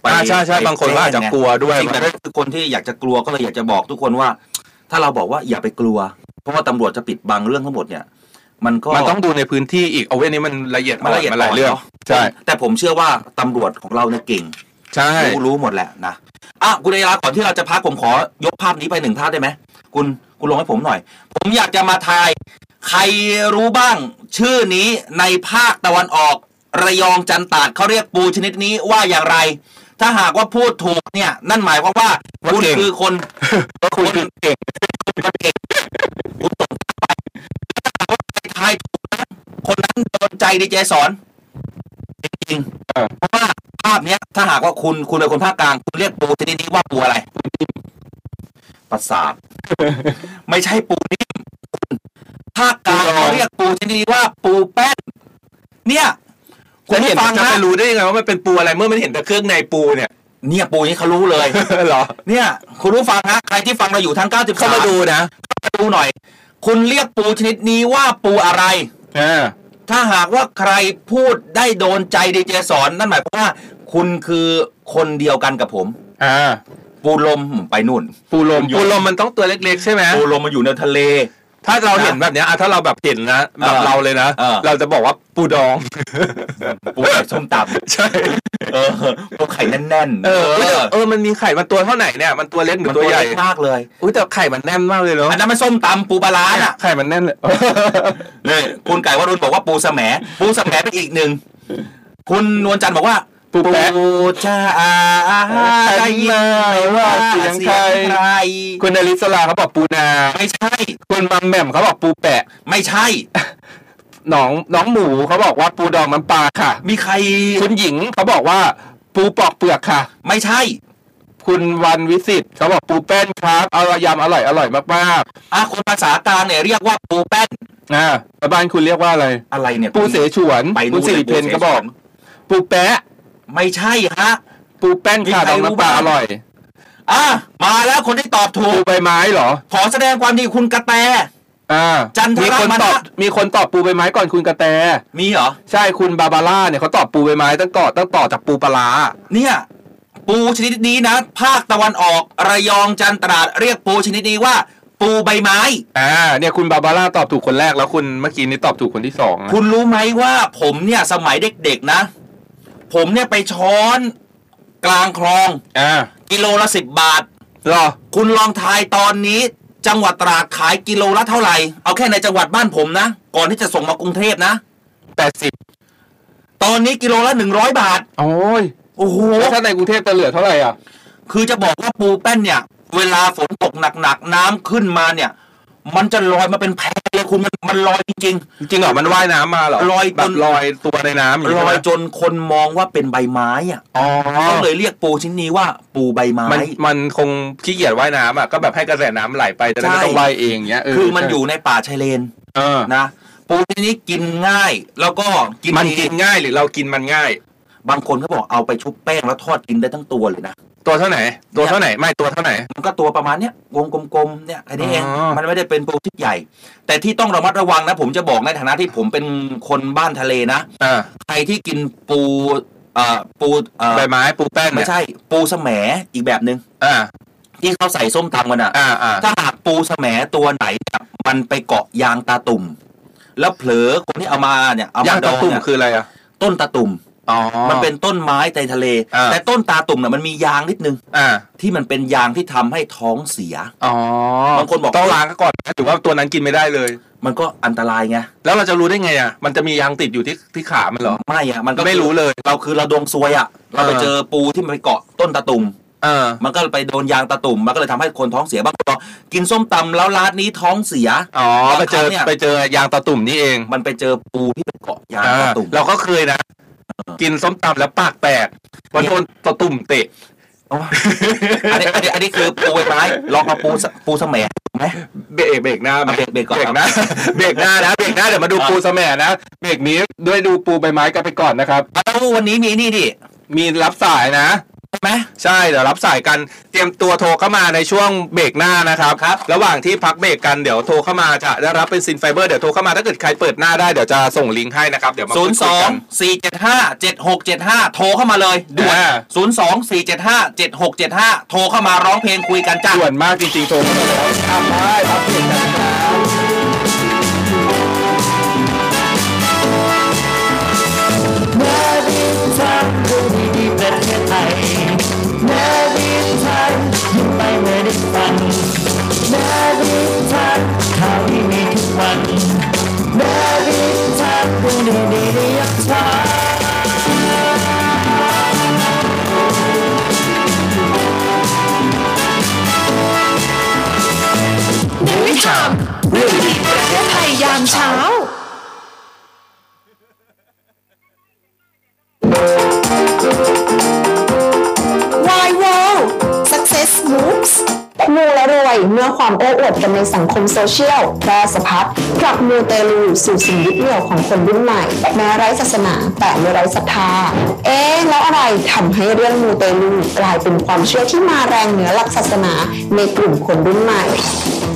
ไป
อ่าใช่ใช่
ไป
บางคนก็อาจจะ
แจ้ไ
กลัวด้วย
จริงแต่ถ้าคือคนที่อยากจะกลัวก็เลยอยากจะบอกทุกคนว่า ถ้าเราบอกว่าอย่าไปกลัว เพราะว่าตำรวจจะปิดบังเรื่องทั้งหมดเนี่ย มันก็
มันต้องดูในพื้นที่อีกเอาเว้ยอันนี้มันละเอียด
มันละเอียด
นหลายเรื่อง
นนะ
ใช่
แต่ผมเชื่อว่าตำรวจของเราเนี่ยเก่ง
ใช่
รู้รู้หมดแหละนะอ่ะคุณเอราก่อนที่เราจะพักผมขอยกภาพนี้ไปหนึ่งภาพได้ไหมคุณคุณลงให้ผมหน่อย ผมอยากจะมาทาย ใครรู้บ้าง ชื่อนี้ในภาคตะวันออกระยองจันตาดเขาเรียกปูชนิดนี้ว่าอย่างไร ถ้าหากว่าพูดถูกเนี่ย นั่นหมายความว่าคุณคือคน
คุณคือเก่ง
ทายถูกนะคนนั้นโดนใจดีเจสอนจริงๆเพราะว่าภาพเนี้ย ถ้าหากว่าคุณคุณเป็นคนภาคกลาง คุณเรียกปูชนิดนี้ว่าปูอะไรประ สาท ไม่ใช่ปูนิ่มภาคกลางเขาเรียกปูชนิดนี้ว่าปูแป้น เนี่ยคุณ
จะเห็
ผู้
น
ฟัง
จะ
นะ
ไปรู้ได้ยังไงว่ามันเป็นปูอะไรเมื่อมันเห็นแต่เครื่องในปูเนี่ย
เนี่ยปูนี้เขารู้เลย
เหรอ
เนี่ย คุณรู้ฟังนะใครที่ฟังเราอยู่ทั้ง93
เข้ามาดูนะ
เข้ามาดูหน่อย คุณเรียกปูชนิดนี้ว่าปูอะไร
เออ
ถ้าหากว่าใครพูดได้โดนใจดีเจสอนนั่นหมายความว่า คุณคือคนเดียวกันกับผม
อ่า
ปูลมไปนู่น
ปูลม
อยู่
ปูลมมันต้องตัวเล็ก ๆ ใช่ไหม
ปูลมมันอยู่ในทะเล
ถ้าเราเห็นแบบเนี้ยอ่ะถ้าเราแบบเห็นนะแบบ
เออ
เราเลยนะ
เออ
เราจะบอกว่าปูดอง
ปูไข่ส้มต
ใช่
ำเออปูไข่แน่นๆ
เออเออเออมันมีไข่มันตัวเท่าไหร่เนี่ยมันตัวเล็กหรือ
มัน
ตั
ตัว ว
ให
ให
ญ่
ญ่มากเลย
อุ้ยแต่ไข่มันแน่นมากเลยเนาะ
อันนั้นมันส้มตำปูปลาร้าน่ะ
ไข่มันแน่นเลย
นี่คุณไก่วรุณบอกว่าปูแสมปูแสมเป็นอีกหนึ่งคุณนวลจันทร์บอกว่า
ปูแปะ
จ้าได้ยินไหมว่าเสียงใคร
คุณอลิสลาเขาบอกปูนา
ไม่ใช่
คุณมัมแหม่มเขาบอกปูแปะ
ไม่ใช่
หนองน้องหมูเขาบอกว่าปูดองน้ำปลาค่ะ
มีใคร
คุณหญิงเขาบอกว่าปูปอกเปลือกค่ะ
ไม่ใช่
คุณวันวิสิตเขาบอกปูแป้นครับเอายำอร่อยอร่อยมาก
อ่ะคนภาษากลางเนี่ยเรียกว่าปูแป้น
ๆอ่าแล้วบ้านคุณเรียกว่าอะไร
อะไรเนี่ย
ปูเสฉวน
ไป
คุณสิริเพนก็บอก ปูแปะ
ไม่ใช่ฮะ
ปูแป้นค่ะ
มีใคร
ดอง
รู้
น้ำปลา
บ้าง
อร่อย
อ่ะมาแล้วคนที่ตอบถู
ปู
ก
ใบไม้เหรอ
ขอแสดงความดีคุณกระแต
อ่า
จันทร
มีคน
มณะ
ตอบมีคนตอบปูใบไม้ก่อนคุณกระแต
มีเหรอ
ใช่คุณบาบาร่าเนี่ยเขาตอบปูใบไม้ตั้งก่อนตั้งต่อจากปูปลาร้า
เนี่ย ปูชนิดนี้นะ ภาคตะวันออกระยองจันทร์ตราดเรียกปูชนิดนี้ว่า ปูใบไม้
อ่าเนี่ยคุณบาบาร่าตอบถูกคนแรกแล้วคุณเมื่อกี้นี้ตอบถูกคนที่สองนะ
คุณรู้ไหมว่าผมเนี่ยสมัยเด็กๆนะ ผมเนี่ยไปช้อนกลางคลอง
อ่า
กิโลละสิบบาท
เหรอ
คุณลองทายตอนนี้ จังหวัดตราดขายกิโลละเท่าไหร่ เอาแค่ในจังหวัดบ้านผมนะ ก่อนที่จะส่งมากรุงเทพนะ
แปดสิบ
ตอนนี้กิโลละหนึ่งร้อยบาท
โอ้ย
โอ้โห
แล้วถ้าในกรุงเทพจะเหลือเท่าไหร่อ่ะ
คือจะบอกว่าปูแป้นเนี่ย เวลาฝนตกหนักๆน้ำขึ้นมาเนี่ย มันจะลอยมาเป็นแพเลยคุณมันมันลอยจริง
จริงเหรอมันว่ายน้ำมาเหรอ
ลอยจน
แบบลอยตัวในน้ำาง
ๆลอย
นี้ใช่ไหม
จนคนมองว่าเป็นใบไม้อ่ะ
อ๋อ
ก็เลยเรียกปูชิ้นนี้ว่าปูใบไม้
มันมันคงขี้เกียจว่ายน้ำอ่ะก็แบบให้กระแสน้ำไหลไปจะได้ไม่ต้อง
ใช่
ว่ายเองเงี้ยเ
คือมันอยู่ในป่าชายเลน
เออ
นะ ปูชนิดนี้กินง่าย แล้วก็กิน
มัน
ดี
กินง่ายหรือเรากินมันง่าย
บางคนเขาบอกเอาไปชุบแป้งแล้วทอดกินได้ทั้งตัวเลยนะ
ตัวเท่าไหน ตัวเท่าไหนไม่ตัวเท่าไหน
มันก็ตัวประมาณเนี้ยวงกลมๆเนี่ยแค่นี้เอง
อ๋อ
มันไม่ได้เป็นปูชิ้นใหญ่ แต่ที่ต้องระมัดระวังนะ ผมจะบอกในฐานะที่ผมเป็นคนบ้านทะเลนะ
อ่า
ใครที่กินปูเอ่อปูเอ่อ
ใบไม้ปูแป้นเนี่ย
ไม่ใช่ปูแสมอีกแบบหนึ่ง
อ่า
ที่เขาใส่ส้มตำกันอ่ะ
อ่าอ่า
ถ้าหากปูแสมตัวไหนเนี่ยมันไปเกาะยางตาตุ่ม แล้วเผลอคนที่เอามาเนี่ย
ย่าม
เอาาง ด
ตะ
อง
ตุ่ม
เนี่ย
คืออะไรอ่ะ
ต้นตาตุ่ม
อ๋อ
มันเป็นต้นไม้ในทะเล
อ่า
แต่ต้นตาตุ่มเนี่ยมันมียางนิดนึง
อ่า
ที่มันเป็นยางที่ทำให้ท้องเสีย
อ๋อบ
างคนบอก
ต้องล้างก่อนนะถือว่าตัวนั้นกินไม่ได้เลย
มันก็อันตรายไง
แล้วเราจะรู้ได้ไงอ่ะมันจะมียางติดอยู่ที่ที่ขามันเหรอ
ไม่อะมันก็
ไม่รู้เลย
เราคือเราดวงซวยอะเราไป
เออ
เจอปูที่มันไปเกาะต้นตาตุ่ม
เออ
มันก็ไปโดนยางตะตุ่ม มันก็เลยทำให้คนท้องเสียบางคนบอกกินส้มตำแล้วร้านนี้ท้องเสีย
อ๋อไปเจอ
า
บ
งครั้งเนี่ย
ไปเจอยางตะตุ่มนี่เอง
มันไปเจอปูที่ไปเกาะยาง
อ่า
ตะตุ่ม
เราก็เคยนะ กินส้มตำแล้วปากแตกเพราะ
เนี่ย
โดนตะตุ่มเตะ
อันนี้อันนี้อันนี้คือปูใบไม้ลองเอาปูสปูแสมไหม
เบรกเบรกหน้าไหม
อ่ะเบรกเบรกก่อน
เบรกหน้า เบรกหน้านะเบรกหน้าเดี๋ยวมาดู
อ่ะ
ปูสะแหมนะเบรกนี้ด้วยดูปูใบไม้กันไปก่อนนะครับ
แล้ววันนี้มีนี่ดิ
มีรับสายนะ
ใช่ไหม
ใช่เดี๋ยวรับสายกันเตรียมตัวโทรเข้ามาในช่วงเบรกหน้านะครับ ระหว่างที่พักเบรกกันเดี๋ยวโทรเข้ามาจะได้รับเป็นซินไฟเบอร์เดี๋ยวโทรเข้ามาถ้าเกิดใครเปิดหน้าได้เดี๋ยวจะส่งลิงก์ให้นะครับเดี๋ยวมา
0
พูดคุยกัน
2 4 7 5 7 6 7 5 โทรเข้ามาเลยด่วน
อ่า
0 2 4 7 5 7 6 7 5 โทรเข้ามาร้องเพลงคุยกันจ้า
ด่วนมากจริงๆโทรเข้ามาแล้วทำได้รับเบรกกันครับ
นาวินทันดูดีๆประเทศไทยนาวินทันยิ้มไปเมื่อได้ฟังนาวินทันข่าวที่มีทุกวันนาวินทันดูดีๆได้ยักษ์ชา
ในวิถามเรื่องดีประเทศไทยยามเช้า วาย o ว success moves
มูและรวยเมื่อความโอ้อวดกันในสังคมโซเชียลแพร่สะพัดกลับมูเตลูสู่สิ่งยึดเหนี่ยวของคนรุ่นใหม่ แม้ไร้ศาสนาแต่ไม่ไร้ศรัทธา เอ๊ะแล้วอะไรทำให้เรื่องมูเตลูกลายเป็นความเชื่อที่มาแรงเหนือหลักศาสนาในกลุ่มคนรุ่นใหม่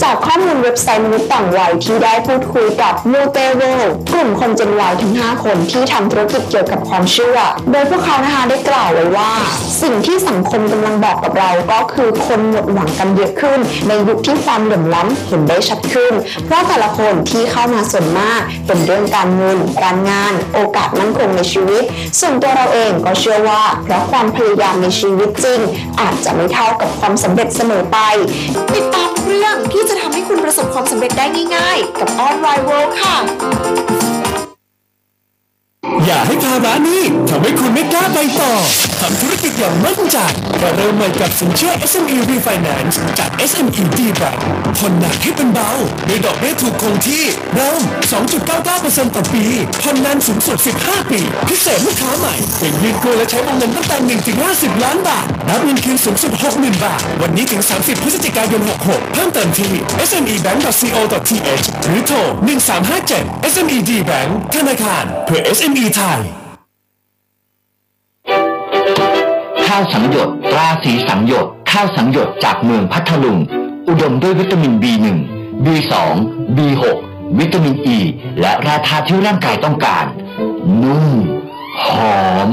จากข้อมูลเว็บไซต์มนุษย์ต่างวัยที่ได้พูดคุยกับมูเตเวลกลุ่มคนเจนวัยทั้ง 5 คนที่ทำธุรกิจเกี่ยวกับความเชื่อ โดยพวกเขานะคะได้กล่าวไว้ว่า สิ่งที่สังคมกำลังบอกกับเราก็คือคนหมดหวังกันเยอะขึ้น ในยุคที่ความเหลื่อมล้ำเห็นได้ชัดขึ้น เพราะแต่ละคนที่เข้ามาส่วนมาก เป็นเรื่องการเงิน การงาน โอกาสมั่นคงในชีวิต ส่วนตัวเราเองก็เชื่อว่า เพราะความพยายามในชีวิตจริง อาจจะไม่เท่ากับความสำเร็จเสมอไป
ติดตามเรื่องที่จะทำให้คุณประสบความสำเร็จได้ง่าย ๆ กับออนไลน์ World ค่ะ
อย่าให้ภาระหนี้ทำให้คุณไม่กล้าไปต่อทำธุรกิจอย่างมั่นใจแค่เริ่มใหม่กับสินเชื่อ SME Refinance จาก SME D Bank ผ่อนหนักให้เป็นเบาด้วยดอกเบี้ยถูกคงที่ เริ่ม 2.99%ต่อปีผ่อนนานสูงสุด 15 ปี พิเศษลูกค้าใหม่เป็นยืดกู้และใช้วงเงินตั้งแต่1-50 ล้านบาทรับเงินคืนสูงสุด 60,000 บาท วันนี้ถึง 30 พฤศจิกายน 66 เพิ่มเติมที่ SME Bank co th หรือโทร 1357 SME D Bank ธนาคารเพื่อ SME ไทย
ข้าวสังหยดตราสีสังหยดข้าวสังหยดจากเมืองพัทลุง อุดมด้วยวิตามิน B1 B2 B6 วิตามินอ e, ีและแร่ธาตุที่ร่างกายต้องการ นุ่ม หอม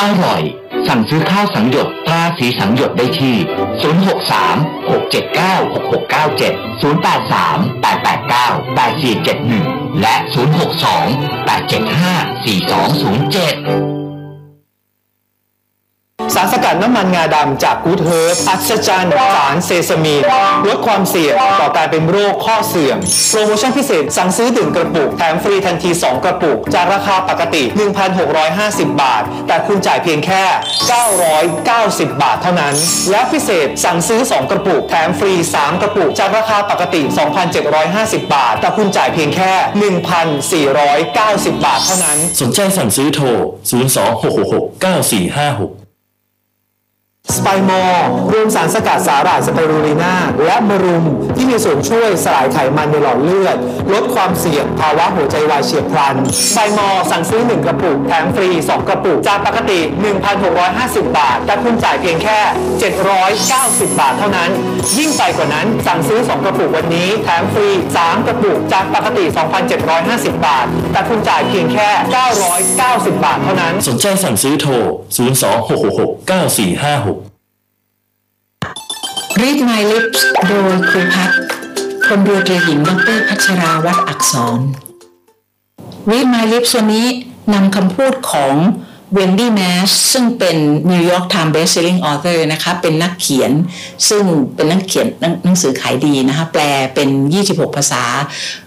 อร่อย สั่งซื้อข้าวสังหยดตราสีสังหยดได้ที่ 063 679 6697 083 889 8471 และ 062 875 4207
สารสกัดน้ำมันงาดำจากกูดเฮิร์บอัศจรรย์สารเซซามีนลดความเสี่ยงต่อการเป็นโรคข้อเสื่อม โปรโมชั่นพิเศษสั่งซื้อดื่มกระปุก แถมฟรีทันที 2 กระปุก จากราคาปกติ 1,650 บาท แต่คุณจ่ายเพียงแค่ 990 บาทเท่านั้น และพิเศษสั่งซื้อ 2 กระปุก แถมฟรี 3 กระปุก จากราคาปกติ 2,750 บาท แต่คุณจ่ายเพียงแค่ 1,490 บาทเท่านั้น
สนใจสั่งซื้อโทร 026669456
สไปมอร์รวมสารสกัดสาหร่ายสไปรูลิน่าและมะรุม ที่มีส่วนช่วยสลายไขมันในหลอดเลือด ลดความเสี่ยงภาวะหัวใจวายเฉียบพลันสไปมอร์สั่งซื้อ 1 กระปุก แถมฟรี 2 กระปุก จากปกติ 1,650 บาท แต่คุณจ่ายเพียงแค่ 790 บาทเท่านั้น ยิ่งไปกว่านั้นสั่งซื้อ 2 กระปุกวันนี้ แถมฟรี 3 กระปุก จากปกติ 2,750 บาท แต่คุณจ่ายเพียงแค่ 990 บาทเท่านั้น
สนใจสั่งซื้อโทร 026669456
รีดไมลิปส์โดยครูพัฒน์พลเรือตรีหญิงดรพัชราวัตรอักษรรีดไมลิปส์วันนี้นำคำพูดของเวนดี้แมสซึ่งเป็นนิวยอร์กไทม์เบสเซลลิงออเ r อร์นะคะเป็นนักเขียนซึ่งเป็นนักเขียนหนังหนังสือขายดีนะคะแปลเป็น 26 ภาษา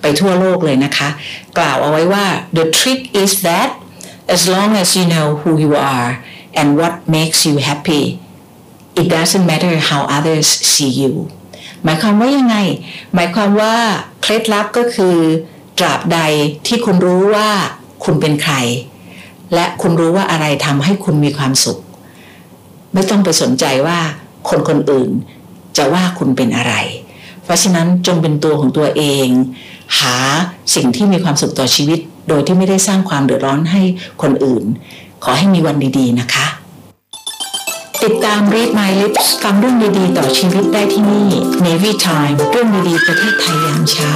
ไปทั่วโลกเลยนะคะ กล่าวเอาไว้ว่า the trick is that as long as you know who you are and what makes you happy it doesn't matter how others see you หมายความว่ายังไง หมายความว่าเคล็ดลับก็คือ ตราบใดที่คุณรู้ว่าคุณเป็นใคร และคุณรู้ว่าอะไรทำให้คุณมีความสุข ไม่ต้องไปสนใจว่าคนคนอื่น จะว่าคุณเป็นอะไร เพราะฉะนั้นจงเป็นตัวของตัวเอง หาสิ่งที่มีความสุขต่อชีวิต โดยที่ไม่ได้สร้างความเดือดร้อนให้คนอื่น ขอให้มีวันดีๆนะคะ ติดตาม Read My Lips ฟังเรื่องดีๆ ต่อชีวิตได้ที่นี่ Navy Time เรื่องดีๆ ประเทศไทยยามเช้า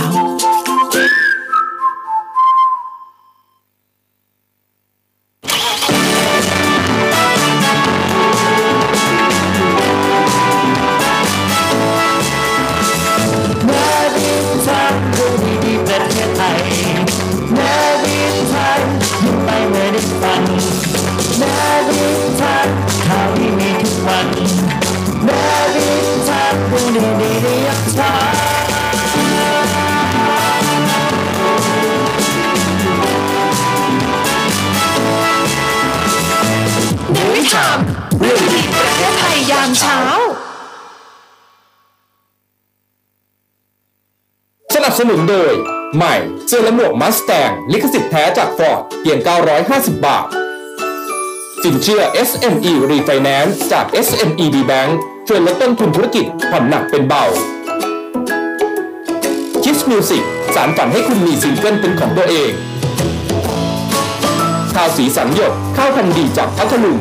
เดวิทามเรื่องดีประเทศไทยยามเช้า
สนับสนุนโดย ใหม่ เสื้อและหมวกมัสแตงลิขสิทธิ์แท้จากฟอร์ดเพียง 950 บาท สินเชื่อ SME Refinance จาก SME D Bank ช่วยลดต้นทุนธุรกิจผ่อนหนักเป็นเบา Kiss Music สารฝันให้คุณมีซิงเกิลเป็นของตัวเอง ข้าวสีสันหยดข้าวพันธุ์ดีจากพัทลุง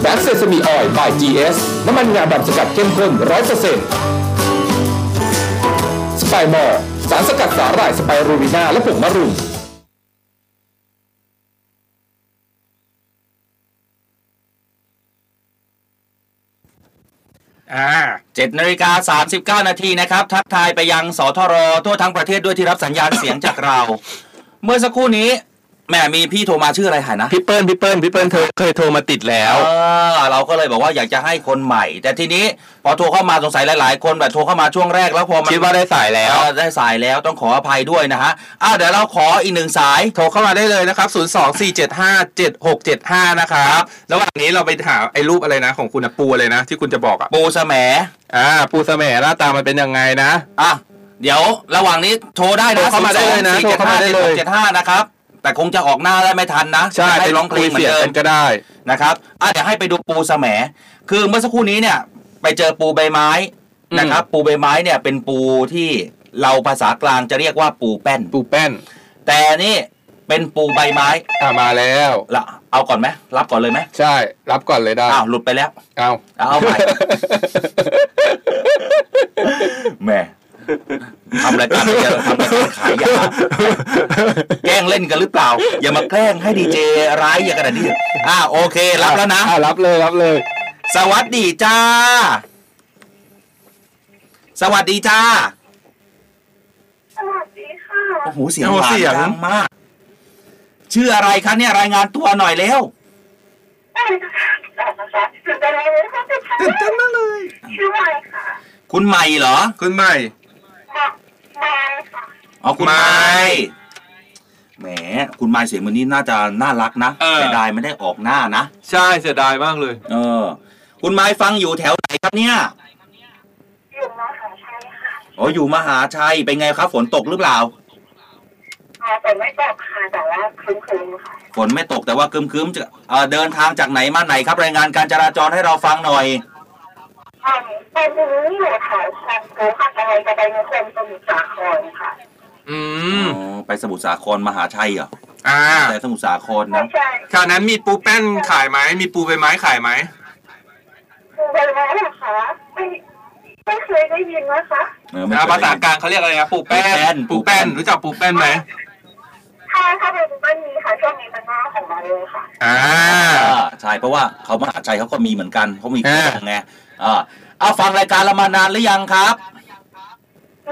แบ็กเซสมีออยล์ by GS น้ำมันงาดำสกัดเข้มข้น100% สไปมอร์สารสกัดสาหร่ายสไปรูบิน่าและผงมะรุม
อ่า
เจ็ดนาฬิกาสามสิบเก้านาทีนะครับ ทักท ายไปยังสทรทั่วทั้งประเทศด้วยที่รับสัญญาณเสียงจากเรา เมื่อสักครู่นี้ แหม่มีพี่โทรมาชื่ออะไรหายนะ
พี่เปิ้ลพี่เปิ้ลพี่เปิ้ลเธอเคยโทรมาติดแล้ว
เออเราก็เลยบอกว่าอยากจะให้คนใหม่ แต่ทีนี้พอโทรเข้ามาสงสัยหลายๆ คนแบบโทรเข้ามาช่วงแรกแล้วพอมัน
คิดว่าได้สายแล้ว
เออได้สายแล้วต้องขออภัยด้วยนะฮะอ้าวเดี๋ยวเราขออีกหนึ่งสาย
โทรเข้ามาได้เลยนะครับ 0 2 4 7 5 7 6 7 5 นะครับ แล้ววันนี้เราไปหาไอ้รูปอะไรนะ ของคุณนะปูเลยนะ ที่คุณจะบอกอ่ะ
ปูแสม
อ่า ปูสแสมหน้าตามันเป็นยังไงนะ
อ่ะเดี๋ยวระหว่างนี้โทรได้
โทร
นะ
เข้ามาได้เลยนะ
สี่เจ็ด
โทรเข้า
ห้า
มาได้
เจ็ด
เล
ห
ย
กเจ็ดห้านะครับแต่คงจะออกหน้าได้ไม่ทันนะ
ใช่
จะ
ไป
ให้ร้องเพลงเหมือ
เสี
น
ยง
เดิม
กันก็ได้
นะครับอ่ะเดี๋ยวให้ไปดูปูสแสมคือเมื่อสักครู่นี้เนี่ย ไปเจอปูใบไม้
อืม
นะครับ ปูใบไม้เนี่ยเป็นปูที่เราภาษากลางจะเรียกว่าปูแป้น
ปูแป้น
แต่นี่เป็นปูใบไม้
อ่ามาแล้ว
ละเอาก่อนไหมรับก่อนเลยไหม
ใช่ รับก่อนเลยได้
อ้าวหลุดไปแล้ว
เอา
เอาใหม่ แหม่ทำรายการไม่เจอทำรายการขายยา แกล้งเล่นกันหรือเปล่า อย่ามาแกล้งให้ดีเจร้ายอย่างกระดิ่งอ่าโอเครับ แล้วนะ
อ่ารับเลยรับเลย
สวัสดีจ้า สวัสดีจ้า
สวัสดีค่ะ
โอ้โหเสียง
โอ้
หวา
เสี
น
ยง
ดังมาก ชื่ออะไรคะเนี่ยรายงานตัวหน่อยเร็ว
ได้ค่ะได้ค่ะตื่นเต้นเลยค่ะ
ตื่นเต้นมากเลย
ชื่ออะไรค่ะ
คุณใหม่เหรอ
คุณใหม่
มามาค่ะ
อ๋อคุณ
ไม่
ไม้แหม คุณไม้เสียงวันนี้น่าจะน่ารักนะ
เออ
แต่ได้ไม่ได้ออกหน้านะ
ใช่เสียดายมากเลย
เออ คุณไม้ฟังอยู่แถวไหนครับเนี่ย
อยู่มหาชัยค่ะ
อ๋ออยู่มหาชัย เป็นไงครับฝนตกหรือเปล่า
อ่าแต่ไม่ตอบค่ะแต่ว่าคลึ้มๆค่ะ
ฝนไม่ตกแต่ว่าครึ้มๆจะเอ่อเดินทางจากไหนมาไหนครับรายงานการจราจรให้เราฟังหน่อย
ตอนนี้อยู่แถวคลองโกค่ะกำลังจะไปนิคมสมุทรสาครค่ะ
อืม
อ๋อไปสมุทรสาครมหาชัยเหรอ
อ่า
แต่สมุทรสาคร
ไม่
นะ
ใช่
แถวนั้นมีปูแป้นขายไหม มีปูใบไม้ขายไหม
คือใบไม้เหรอคะไม่ไม่เคยได้ยินนะคะ
เออไม่
อ่า
เคย
ภาษา
ได้ยิน
กลางเขาเรียกอะไรนะปูแป้
ปูแป้
น
น
ปูแป้นรู้จักปูแป้นไหม
ถ้าถ้าเป็นบ้านนี้ค่ะช่วงนี้เป็นหน้าของมันเลยค่ะ
อ่า
อ่าใช่เพราะว่าเขามหาชัยเขาก็มีเหมือนกันเขามี
อ่า
เครื่องไงอ่าเอาฟังรายการเรามานานหรือยังครับ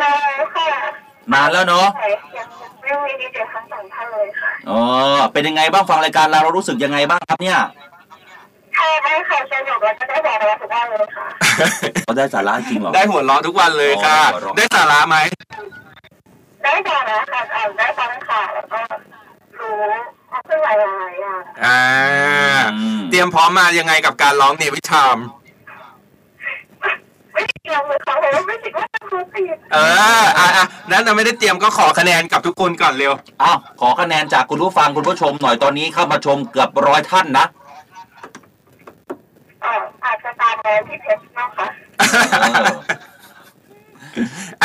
นานค่ะ
นานแล้วเนาะ
แต่ยังไม่มีดีเจทั้งสองท่านเลยค่ะ
อ๋อเป็นยังไงบ้างฟังรายการเราเรารู้สึกยังไงบ้างครับเนี่ย
ใช่ได้ค่ะสนุกแล้วก็ได้แบบเราทุกวันเลยค่ะ
เขาได้สาระจริงเหรอ
ได้หัวเราะทุกวันเลยค่ะ
อ๋อได้หัวเราะ
ได้สาระไหม
ได้แต่ละค่ะอ่านได้ฟังค่ะแล้วก็รู้เอาขึ้นหลายๆอย่าง
อ่า
อืม
เตรียมพร้อมมายังไงกับการร้องเนวิชาม
ไม่ได้เกี่ยวเลยค่ะเพราะว่าไม่คิดว่าจะคุยติด
เออ อ่ะอ่ะนั้นเราไม่ได้เตรียมก็ขอคะแนนกับทุกคนก่อนเร็ว
อ้าวขอคะแนนจากคุณผู้ฟังคุณผู้ชมหน่อยตอนนี้เข้ามาชมเกือบร้อยท่าน นะ
เอ่ออาจจะตามแบรนด์ที่เพชรนะคะ
เออ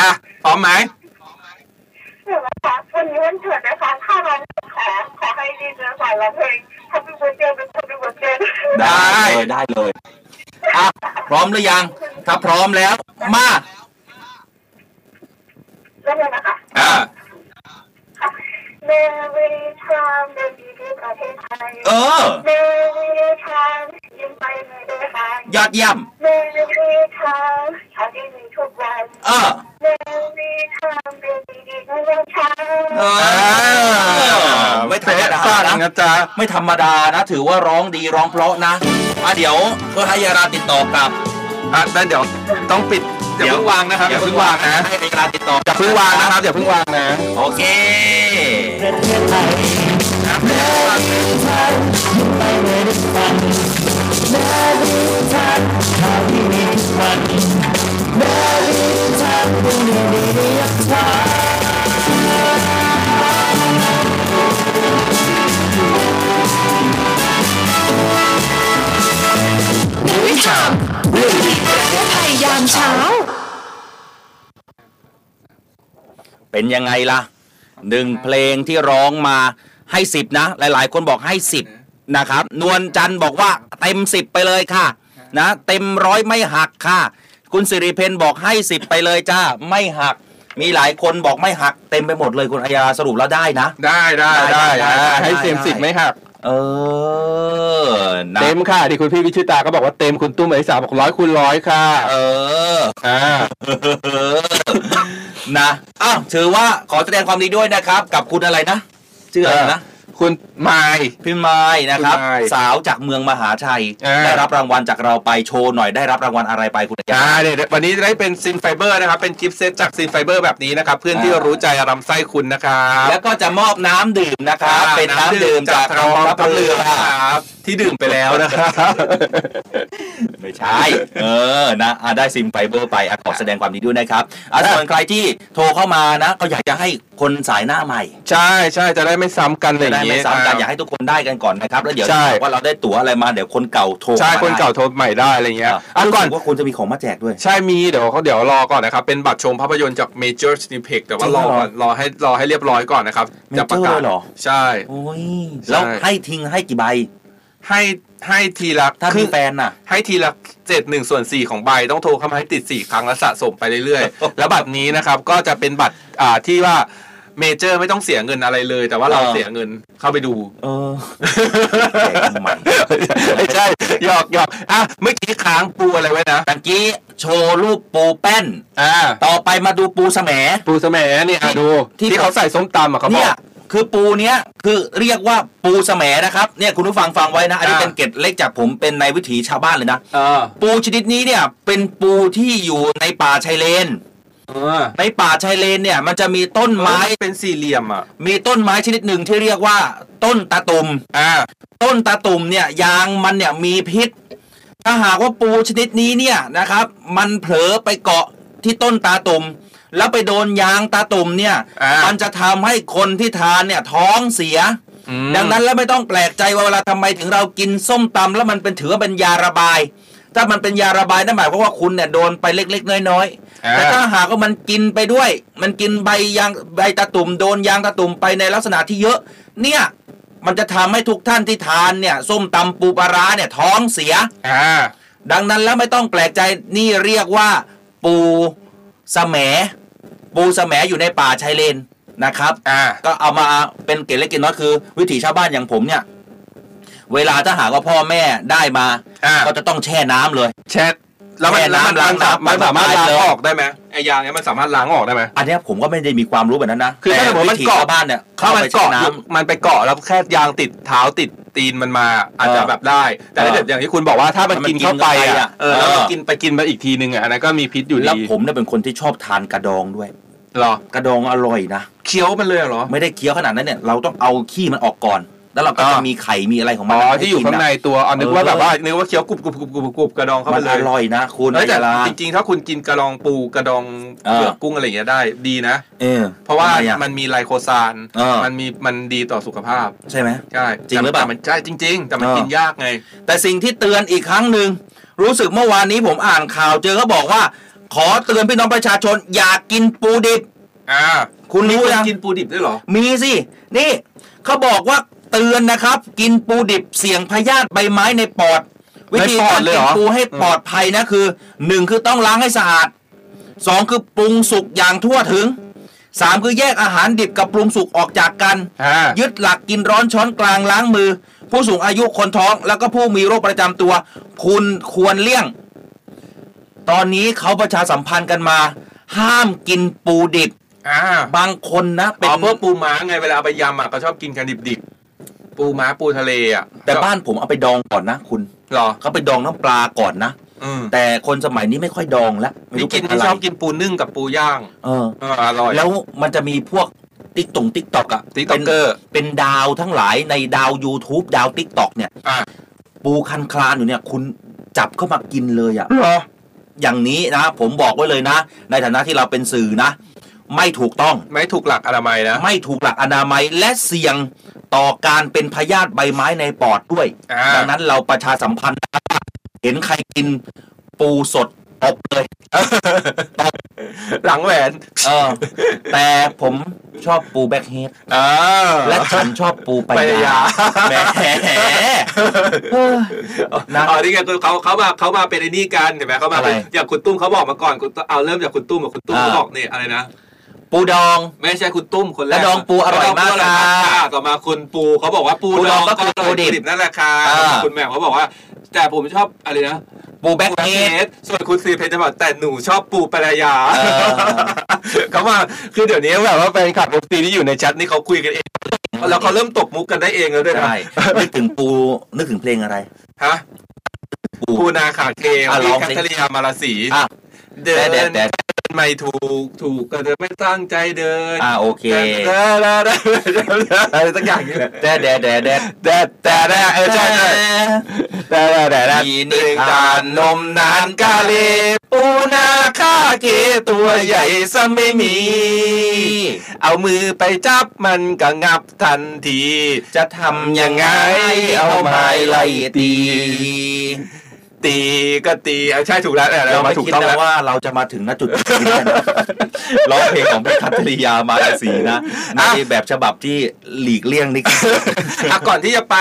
อ่ะ พร้อมไหม
หรือว่าคะวันนี้วันเกิดนะคะถ้าร้องขอขอให้ดีเจสอนร้องเพลง Happy Birthday เป็น Happy Birthday
ได้เลยได้เลยอ่ะพร้อมหรือยัง ถ้าพร้อมแล้วมา
เริ่มเลยนะคะ
อ่า
Merry Time ในดีเจประเทศไทย
เออ
Merry Time ยิ้มไปไม่ได้หาย
ยอดเยี่ยม
Merry Time เช้าที่มีทุกวัน
เออ
Merry Time เป็นดีๆในเรื่องเช้า
เออไม่ธรรมดา
เป๊ะปัง
นะ
นะจ๊ะ
ไม่ธรรมดานะ ถือว่าร้องดีร้องเพราะนะอ่ะเดี๋ยวเพื่อให้ยาราติดต่อกลับ
อ่ะได้เดี๋ยวต้องปิดอย่า
เดี๋ยว
เพิ่งวางนะครับอย่าเพิ่งวางนะ
ให้ยาราติดต่อ
อย่าเพิ่งวางนะครับอย่าเพิ่งวางนะ
โอเค
ประเทศไทยแม่ดินไทยยิ้มไปเมื่อได้ฟังแม่ดินไทยข่าวที่มีทุกวันแม่ดินไทยดูดีดีเรียกว่า
ในวิชามเรื่องดีประเทศไทยยามเช้า
เป็นยังไงล่ะหนึ่งเพลงที่ร้องมาให้สิบนะ หลายๆ คนบอกให้สิบนะครับ นวลจันทร์บอกว่าเต็มสิบไปเลยค่ะ นะ เต็มร้อยไม่หักค่ะ คุณสิริเพนบอกให้สิบไปเลยจ้าไม่หัก มีหลายคนบอกไม่หัก เต็มไปหมดเลยคุณอัยยาสรุปแล้วได้นะ
ได้ได้
ได้
ได้
ได้
อ่า
ได้
ให้เต็ม
ได้
สิบไหมครับ
เออนะ
เต็มค่ะที่คุณพี่วิชิตาก็บอกว่าเต็มคุณตุ้มไอสาวบอกร้อยคูณร้อยค่ะ
เออ
อ่า
นะอ้าวถือว่าขอแสดงความดีด้วยนะครับ กับคุณอะไรนะชื่ออะไรนะ
คุณไมาย
พิมายนะครับ
พิมาย
สาวจากเมืองมหาชัย
เออ
ได้รับรางวัลจากเราไปโชว์หน่อยได้รับรางวัลอะไรไปคุณอายา
อ่าเดี๋ยววันนี้ได้เป็นซินไฟเบอร์นะครับ เป็นกิฟต์เซตจากซินไฟเบอร์แบบนี้นะครับ เพื่อนที่
อ่า
รู้ใจรำไส้คุณนะครับ
แล้วก็จะมอบน้ำดื่มนะครับ
อ่า
เป็นน้ำดื่มจากกองทัพเรือ
ครับที่ดื่มไปแล้วนะครับ
ไม่ใช่ เออนะอ่ะได้ซิมไฟเบอร์ไปอ่ะขอแสดงความดีด้วยนะครับอ่ะส่วนใครที่โทรเข้ามานะ ก็อยากจะให้คนสายหน้าใหม่
ใช่ใช่จะได้ไม่ซ้ำกันอะไรอ
จะได้
ย่าง
ไม่
งี้
ซ้ำกันอยากให้ทุกคนได้กันก่อนนะครับ แล้วเดี๋ยว
ใช่
ถ้าว่าเราได้ตั๋วอะไรมาเดี๋ยวคนเก่าโทร
ใช่
ม
คนเก่าโทรใหม่ได้อะไรเงี้ย
อ่ะ
อ่ะ
ก่
ก่
อ
อน น
ว่าคุณจะมีของมาแจกด้วย
ใช่มีเดี๋ยวเขาเดี๋ยวรอก่อนนะครับ เป็นบัตรชมภาพยนตร์จาก Major c i n e p e x แต่ว่ารอก่อนรอให้รอให้เรียบร้อยก่อนนะครับ
Major
จะประกาศ
เลยเหรอ
ใช่
โอ้ย
ใช่
แล้วให้ทิ้งให้กี่ใบ
ให้ให้ทีละ
ถ้า
คื
มี
อ
แฟนน่ะ
ให้ทีละเจ็ดหนึ่งส่วนสี่ของใบต้องโทรเข้ามาให้ติดสี่ครั้งและสะสมไปเรื่อย ๆ แล้วบัตรนี้นะครับ ก็จะเป็นบัตรอ่าที่ว่าเมเจอร์ไม่ต้องเสียเงินอะไรเลย แต่ว่าเรา
เออ
เสียเงินเข้าไปดู
เออ กทำไม
ไม่ใช่หยอกหยอกอ่ะเมื่อกี้ค้างปูอะไรไว้นะ
ตะกี้โชว์รูปปูแป้น
อ่า
ต่อไปมาดูปูแสม
ปูสะแหมนี่อ่ะดู
ที่
ที่เขาใส่ส้มตำอ่ะเขาบ
เนี่
อย ก
คือปูเนี้ยคือเรียกว่าปูแสมนะครับเนี่ยคุณผู้ฟังฟังไว้นะ อันนี้
อ่า
เป็นเกร็ดเล็กจากผมเป็นในวิถีชาวบ้านเลยนะ
เออ
ปูชนิดนี้เนี่ยเป็นปูที่อยู่ในป่าชายเลน
เออ
ในป่าชายเลนเนี่ยมันจะมีต้นไม้
เป็นสี่เหลี่ยมอ่ะ
มีต้นไม้ชนิดหนึ่งที่เรียกว่าต้นตะตุ่ม
อ่า
ต้นตะตุ่มเนี่ยยางมันเนี่ยมีพิษ ถ้าหากว่าปูชนิดนี้เนี่ยนะครับ มันเผลอไปเกาะที่ต้นตาตุ่มแล้วไปโดนยางตาตุ่มเนี่ย
อ่ามั
มันจะทำให้คนที่ทานเนี่ยท้องเสีย ดังนั้นแล้วไม่ต้องแปลกใจว่าเวลาทำไมถึงเรากินส้มตำแล้วมันเป็นถือว่าเป็นยาระบาย ถ้ามันเป็นยาระบายนั่นหมายความว่าคุณเนี่ยโดนไปเล็กๆ น้อยๆ
อ่า
แต่ถ้าหากว่ามันกินไปด้วย มันกินใบยางใบตะตุ่มโดนยางตะตุ่มไปในลักษณะที่เยอะ เนี่ยมันจะทำให้ทุกท่านที่ทานเนี่ยส้มตำปูปลาร้าเนี่ยท้องเสีย
อ่า
ดังนั้นแล้วไม่ต้องแปลกใจนี่เรียกว่าปูแสมปูแสมอยู่ในป่าชายเลนนะครับ
อ่า
ก็เอามาเป็นเกล็ดเล็กเกล็ดน้อยคือ วิถีชาวบ้านอย่างผมเนี่ย เวลาถ้าหากว่าพ่อแม่ได้มา
อ่า
ก็จะต้องแช่น้ำเลย
แชทแล้วมัน
แช่น้ำ
แล้วมัน
ล้าง
มัน
น้ำ
สามันสามารถล้าง
เลย
ออกได้ไหมไอ้ยางเนี้ยมันสามารถล้างออกได้ไหม
อันเนี้ยผมก็ไม่ได้มีความรู้แบบนั้นนะ
คือถ้าสมมติ
แต่
มัน
วิถี
เกาะ
ชาวบ้านเนี่ย
ถ้ามัน
ไปแช่
เกาะ
น้
มันไปเกาะแล้วแค่ยางติดเท้าติดตีนมันมา อาจจะแบบได้ แต่ถ้าเกิดอย่างที่คุณบอกว่าถ้ามัน
มัน
กินเข้าไป
กินเข้าไปอ่ะ
อ่ะเออแล้วมัน
เออ
กินไปกินมาอีกทีนึงอ่ะอันนั้นก็มีพิษอยู่
ำแล้ว
ดี
ผมเนี่ยเป็นคนที่ชอบทานกระดองด้วย
หรอก
ระดองอร่อยนะ
เคี้ยวมันเลยเหรอ
ไม่ได้เคี้ยวขนาดนั้นเนี่ยเราต้องเอาขี้มันออกก่อน แล้วเราก็จะ
อ่ามี
มีไข่มีอะไรของมั
อ๋
น
อ
ให้
ที่อยู่
กิะ
ข้างในตัวอ๋อนึก
เออ
ว่าแบบว่านึกว่าเคี้ยวกรุบกรุบกรุบกรุบกรุบกระดองเข้าไป
มัน
เล
อย ร่อยนะคุณ
เฮ้ยแต่
เวลา
จริงๆ ถ้าคุณกินกระดองปูกระดอง
เออ
เปลือกกุ้งอะไรอย่างเงี้ยได้ดีนะ
เออ
เพราะว่า
ทำไมอ
มันมีไลโคซาน
เออ
มันมีมันดีต่อสุขภาพ
ใช่ไหม
ใช่
จริงหรือเปล่า
แต่มันใช่จริง ๆ แต่มัน
เออ
กินยากไง
แต่สิ่งที่เตือนอีกครั้งหนึ่งรู้สึกเมื่อวานนี้ผมอ่านข่าวเจอเขาบอกว่า ขอเตือนพี่น้องประชาชน อย่ากกินปูดิบ
อ่า
คุณรู้
มี
ยัง
กินปูดิบด้วยเหรอ
มีสินี่เขาบอกว่าเตือนนะครับ กินปูดิบเสี่ยงพยาธิใบไม้ในปอด วิธี
ในปอด
การ
เล
กิ
ยเหร
น
อ
ปูให้ปลอดภัยนะคือหนึ่งคือต้องล้างให้สะอาดสองคือปรุงสุกอย่างทั่วถึงสามคือแยกอาหารดิบกับปรุงสุกออกจากกัน
อ่า
ยึดหลักกินร้อนช้อนกลางล้างมือ ผู้สูงอายุคนท้องแล้วก็ผู้มีโรคประจำตัว คุณควรเลี่ยง ตอนนี้เขาประชาสัมพันธ์กันมา ห้ามกินปูดิบ
อ่า
บางคนนะเป็
เป็น
น
พวกปูม้าไงเวลาเอาไปยำอ่ะเขาชอบกินกันดิบๆ ปูม้าปูทะเลอ่ะ
แต่บ้านผมเอาไปดองก่อนนะ คุณ
เหรอ
เขาไปดองน้ำปลาก่อนนะ
อืม
แต่คนสมัยนี้ไม่ค่อยดองแล้วไม่
นี่
รู้
กิ
เป็น นอะไร
ชอบกินปูนึ่งกับปูย่าง
เออ
เอออร่อย
แล้วมันจะมีพวกติ๊กตงติ๊กตอกอะ
TikToker
เป็นเป็นดาวทั้งหลายในดาว YouTube ดาวติ๊กตอกเนี่ย
อ่ะ
ปูคันคลานอยู่เนี่ย คุณจับเข้ามากินเลยอะ
เหรอ
อย่างนี้นะ ผมบอกไว้เลยนะ ในฐานะที่เราเป็นสื่อนะ ไม่ถูกต้อง
ไม่ถูกหลักอนามัยนะ
ไม่ถูกหลักอนามัยและเสี่ยงต่อการเป็นพยาธิใบไม้ในปอดด้วย
อ่า
ดังนั้นเราประชาสัมพันธ์นะครับว่าเห็นใครกินปูสดตบเลย
หลังแหวน
เออ แต่ผมชอบปูแบ็คเฮด
เออ
และฉันชอบปูปลา
ปลาย
าย
า
แหม
นะอ๋อนี่ไงคือเขาเขามาเขามาเป็นไอ้นี่กันเห็นไหมเขามาเป็น
อะไร
อย่างคุณตุ้มเขาบอกมาก่อนคุณตุ้มเอาเริ่มจากคุณตุ้มกับคุณตุ้ม
อ่า
เขาบอกนี่อะไรนะ
ปูดอง
ไม่ใช่คุณตุ้มคนแรก
กระดองปูอร่อยมาก
ระดองปูอร่อยมาก
ค่ะ
อ่าต่อมาคุณปูเขาบอกว่าปู
ปูด
ด
อ
อง ง
ก็
ก็
คือ
อร่อย
ปู
ปู
ดิบ
ดิบนั่นแหละค่ะ
อ่า
คุณแหม่มเขาบอกว่า แต่ผมชอบอะไรนะ
ปูแบ็ค
ประ
เฮ
เภ
ด
ทส่วนคุณซีเพนจะบอกแต่หนูชอบปูปลายา
เออ
เขามาคือเดี๋ยวนี้แบบว่าแฟนคลับวงตีที่อยู่ในแชทนี่เขาคุยกันเอง แล้วเขาเริ่มตบมุกกันได้เองแล้วด้วยนะ
ใช่นึกถึงปูนึกถึงเพลงอะไร
ฮะ
ปู
ปูนาขาเกง
อ่ะ
พี่
ลอง
แคท
สิ
เธอรีนมาราศี
อ่ะ
เดิ
แต่
น
แต่แต่
ไม่ถูกถูกก็เดินไม่ตั้งใจเดิน
อ่าโอเค
แต่แต่แต่แต่อะไรสักอย่างนี่แหละ
แต่แต่แต่แต่
แต่แต่แต่เออใช่ใช่แต่แต่แต่แต่
มีนิทานนมนาน
าน น
กาก
า
เล
เลปูนาขาเกตัวใหญ่ซะไม่มี เอามือไปจับมันก็งับทันที
จะทำยังไง เอาไม้ไล่ตี
ตีก็ตีเอาใช่ถูกแล้วเนี่ยเรามาถูกต้อง
เราไม่คิดนะ
แล้ว
ว่าเราจะมาถึงณจุดนี้กันนะร้องเพลงของพี่คัทธริยามาราศีนะในแบบฉบับที่หลีกเลี่ยงนี่
อ่ะก่อนที่จะไป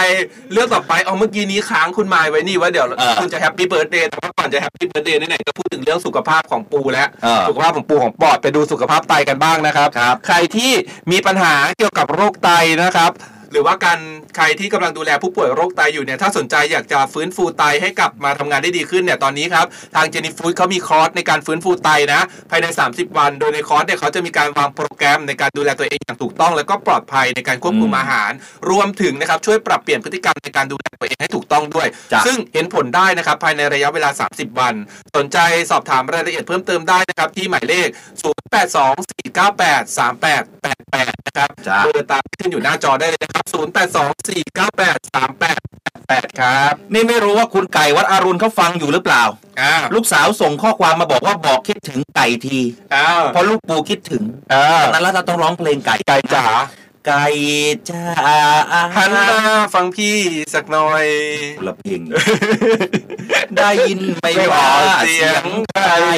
เรื่องต่อไปเอาเมื่อกี้นี้ค้างคุณมายไว้นี่ว่าเดี๋ยว
เออ
คุณจะแฮปปี้เบิร์ดเดย์แต่ว่าก่อนจะแฮปปี้เบิร์ดเดย์ไหนๆก็พูดถึงเรื่องสุขภาพของปูแล้ว
เออ
สุขภาพของปูของปอดไปดูสุขภาพไตกันบ้างนะครับ ใครที่มีปัญหาเกี่ยวกับโรคไตนะครับ หรือว่าการใครที่กำลังดูแลผู้ป่วยโรคไตอยู่เนี่ยถ้าสนใจอยากจะฟื้นฟูไตให้กลับมาทำงานได้ดีขึ้นเนี่ยตอนนี้ครับทางเจนิฟูดเขามีคอร์สในการฟื้นฟูไตนะ ภายใน 30 วัน โดยในคอร์สเนี่ยเขาจะมีการวางโปรแกรมในการดูแลตัวเองอย่างถูกต้อง แล้วก็ปลอดภัยในการควบคุม
อืม
อาหาร รวมถึงนะครับช่วยปรับเปลี่ยนพฤติกรรมในการดูแลตัวเองให้ถูกต้องด้วย
จ้ะ
ซึ่งเห็นผลได้นะครับภายในระยะเวลา 30 วัน สนใจสอบถามรายละเอียดเพิ่มเติมได้นะครับที่หมายเลข 0824983888 นะครับ
จ้า
เบอร์ตามที่ขึ้นอยู่หน้าจอได้เลยนะครับ 0 8 2 4 9 8 3 8 8 8 ครับ
นี่ไม่รู้ว่าคุณไก่วัดอรุณเขาฟังอยู่หรือเปล่า
อ้าว
ลูกสาวส่งข้อความมาบอกว่าบอกคิดถึงไก่ที
อ้าว
เพราะลูกปูคิดถึง
อ้า
ตอ
ว
นนั้นแล้วเราต้องร้องเพลงไก่
ไก่จ๋า
ไก่จ้า
หันมาฟังพี่สักหน่อย
ละเพลง ได้ยินไหม
ไม่ว่า
ว่า
เสี
เสี
ย
ย
ง
ง
ไก่
ไก่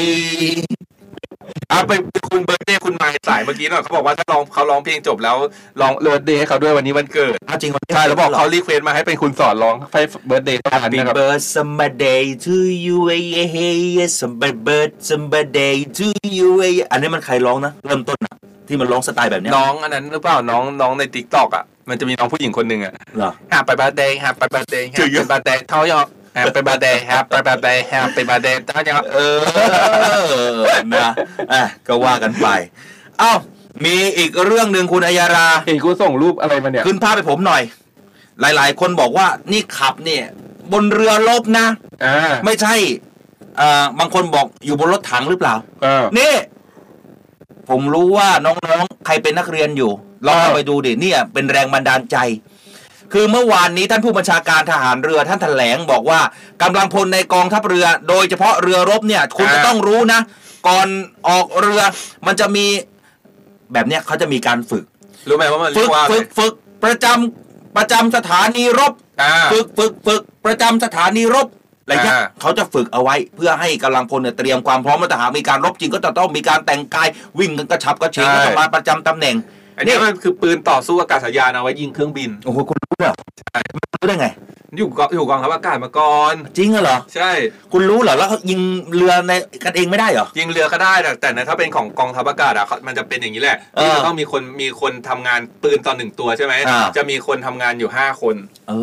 เอาไปคุณเบิร์ดเดย์คุณไมค์สายเมื่อกี้หน่อยเขาบอกว่าถ้าร้องเขาร้องเพลงจบแล้วลองเบิร์ดเดย์ให้เขาด้วยวันนี้วันเกิด
เอาจริง
ใช่ แล้วบอกเขารีเควสมาให้เป็นคุณสอนร้องให้เบิร์ดเดย์เท่านั้น
เป็น
นะครับ
เบิร์ด someday to you a hey yes somebody bird someday to you a อันนี้มันใครร้องนะ เริ่มต้นนะที่มันร้องสไตล์แบบเนี้ย
น้องอันนั้นหรือเปล่าน้องน้องในติ๊กต็อกอ่ะ มันจะมีน้องผู้หญิงคนหนึ่งอ่ะ
เหรอ
ฮปปี้บาร์เดย์แฮปปี้บาร์เดย์แฮปปี้บาร์เดย์เท่ายอแฮปปี้บาร์เดย์แฮปปี้บาร์เดย์แฮปปี้บาร์เดย์เท่ายอ
เออ นะอ่ะก็ว่ากันไป เอ้า มีอีกเรื่องหนึ่งคุณอัยยารา
เห็นกูส่งรูปอะไรมาเนี่ย
ขึ้นภาพไปผมหน่อย หลายๆ คนบอกว่า นี่ขับเนี่ย บนเรือลบนะ
อ่า
ไม่ใช่เอ่อบางคนบอกอยู่บนรถถังหรือเปล่า
เออ
นี่ ผมรู้ว่าน้องๆ ใครเป็นนักเรียนอยู่ ลองเข้าไปดูดิ เนี่ยเป็นแรงบันดาลใจ คือเมื่อวานนี้ท่านผู้บัญชาการทหารเรือท่านแถลงบอกว่ากำลังพลในกองทัพเรือ โดยเฉพาะเรือรบเนี่ย คุณ
อ่า
จะต้องรู้นะ ก่อนออกเรือ มันจะมีแบบเนี้ยเขาจะมีการฝึก
รู้ไหมว่ามัน
ฝึ
เรีย
ก
กว่าอะไร
ฝึกฝึกประจำประจำสถานีรบ
อ่า
ฝึกฝึกฝึกประจำสถานีรบอะไรเงี้ย
อ่า
เขาจะฝึกเอาไว้เพื่อให้กำลังพลเนี่ยเตรียมความพร้อมและถ้าหากมีการรบจริงก็จะต้องมีการแต่งกายวิ่งกันกระชับกระเฉงก็ต้องมาประจำตำแหน่ง
อันนี้มันคือปืนต่อสู้อากาศยานเอาไว้ยิงเครื่องบิน
โอ้โหคุณรู้เหรอรู้ได้ไง
อยู่กองอยู่กองทัพอากาศมาก่อน
จริงเหรอ
ใช่
คุณรู้เหรอแล้วเขายิงเรือในกันเองไม่ได้เหรอ
ยิงเรือก็ได้แต่แต่นะถ้าเป็นของกองทัพอากาศอ่ะเขามันจะเป็นอย่างนี้แหละที่จะ
เออ
ต้องมีคนมีคนทำงานปืนต่อหนึ่งตัวใช่ไหม
อ่า
จะมีคนทำงานอยู่ห้าคน
เอ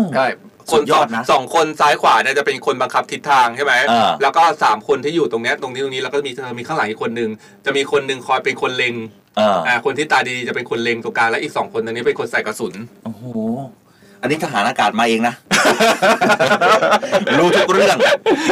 อ
ใช่คน
สุดยอดนะ
สองคนซ้ายขวาเนี่ยจะเป็นคนบังคับทิศทางใช่ไหม
เออ
แล้วก็สามคนที่อยู่ตรงเนี้ยตรงนี้ตรงนี้แล้วก็มีเธอมีข้างหลังอีกคนนึงจะมีคนหนึ่งคอยเป็นคนเล็ง
เออ
อ่าคนที่ตาดีจะเป็นคนเล็งตรงกลางและอีกสองคนตรงนี้เป็นคนใส่กระสุน
โอ้โหอันนี้ทหารอากาศมาเองนะ รู้ทุกเรื่อง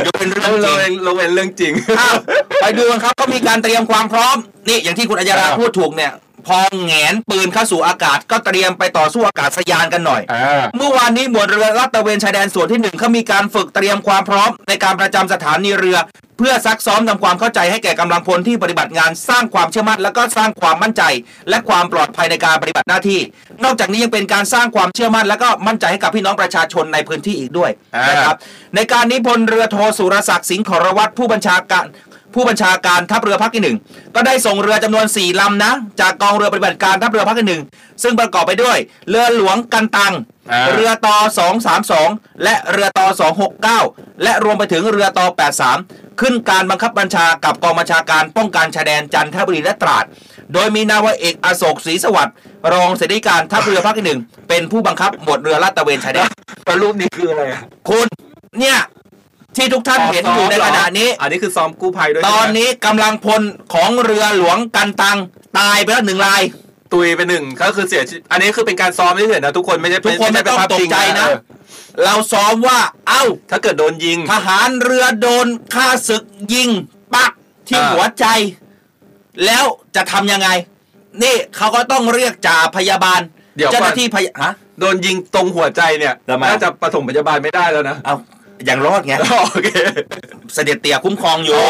ยกเป็นเรื่องจ
เรา
ริง
เองเราเป็นเรื่องจริง
อ้าวไปดูกันครับเขามีการเตรียมความพร้อม นี่อย่างที่คุณอัญญารา
ครับ
พูดถูกเนี่ย พอแหงนปืนเข้าสู่อากาศก็เตรียมไปต่อสู้อากาศยานกันหน่อย
อ่า
เมื่อวานนี้หมวดเรือลาดตระเวนชายแดนส่วนที่หนึ่งเขามีการฝึกเตรียมความพร้อมในการประจำสถานีเรือ เพื่อซักซ้อมทำความเข้าใจให้แก่กำลังพลที่ปฏิบัติงานสร้างความเชื่อมั่นและก็สร้างความมั่นใจ และความปลอดภัยในการปฏิบัติหน้าที่ นอกจากนี้ยังเป็นการสร้างความเชื่อมั่น และก็มั่นใจให้กับพี่น้องประชาชนในพื้นที่อีกด้วย
อ่าน
นะครับในการนี้พลเรือโทสุรศักดิ์สิงห์ขรวัตรผู้บัญชาการ ผู้บัญชาการทัพเรือภาคที่หนึ่งก็ได้ส่งเรือจำนวน 4ลำนะ จากกองเรือปฏิบัติการทัพเรือภาคที่หนึ่งซึ่งประกอบไปด้วย เรือหลวงกันตัง
อ่า
เรือต่อ232 และเรือต่อ269 และรวมไปถึงเรือต่อ83 ขึ้นการบังคับบัญชากับกองบัญชาการป้องกันชายแดนจันทบุรีและตราด โดยมีนาวาเอกอโศกศรีสวัสดิ์รองเสนาธิการทัพเรือภาคที่หนึ่งเป็นผู้บังคับหมวดเรือลาดตระเวนชายแดน
แล้วรูปนี้คืออะไรอะ
คุณเนี่ยที่ทุกท่านเห็นอยู่ในขณะนี้
อันนี้คือซ้อมกู้ภัยด้วย
ต
ใช่ไหม
อนนี้กำลังพลของเรือหลวงกันตังตายไปแล้วหนึ่งลาย
ตุยไปหนึ่งก็คือเสียชีวิตอันนี้คือเป็นการซ้อมเฉยๆนะทุกคนไม่ใช่
ทุกคนไม่
ใช่เป็
ต้อง
ภาพ
ตก
ริ
ใจนะ
เออ
เราซ้อมว่า เอ้า
ถ้าเกิดโดนยิง
ทหารเรือโดนฆ่าศึกยิง ปักที่
อ่า
หัวใจ แล้วจะทำยังไง นี่เขาก็ต้องเรียกจ่าพยาบาล
เดี๋ยว
เจ้าห
ก่อ
น้าที่พยาฮะ
โดนยิงตรงหัวใจเนี่ย
ทำไม
น่าจะปฐมพยาบาลไม่ได้แล้วนะ
เอาอย่างรอดไง
โอเค
เสด็จเตี่ยคุ้มครองอยู่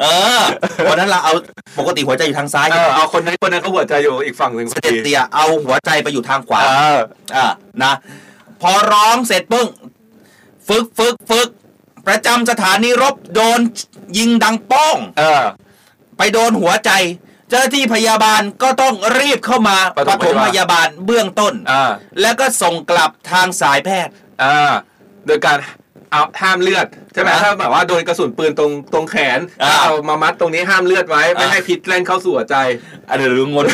เออวันนั้นเราเอาปกติหัวใจอยู่ทางซ้าย
เออเอาคนนั้นคนนั้นก็หัวใจอยู่อีกฝั่งหนึ่ง
เสด็จเตี่ยเอาหัวใจไปอยู่ทางขวา
เออ
อ่านะ พอร้องเสร็จปึ้ง ฝึกฝึกฝึก ประจำสถานีรบโดนยิงดังโป้อง
เออ
ไปโดนหัวใจ เจ้าหน้าที่พยาบาลก็ต้องรีบเข้ามา
ปฐม
ปฐมพยาย
พา
บา
บา
ล
ล
เบื้องต้น
อ่า
แล้วก็ส่งกลับทางสายแพทย์
อ่าโดยการเอาห้ามเลือดใช่ไหม
อ่ะ
ถ้าแบบว่าโดนกระสุนปืนตรงตรงแขน
อ่ะ
ก็เอามามัดตรงนี้ห้ามเลือดไว้ไม่ให้พิษแล่นเข้าสู่หัวใจ
อันนี้รืองนเหมือน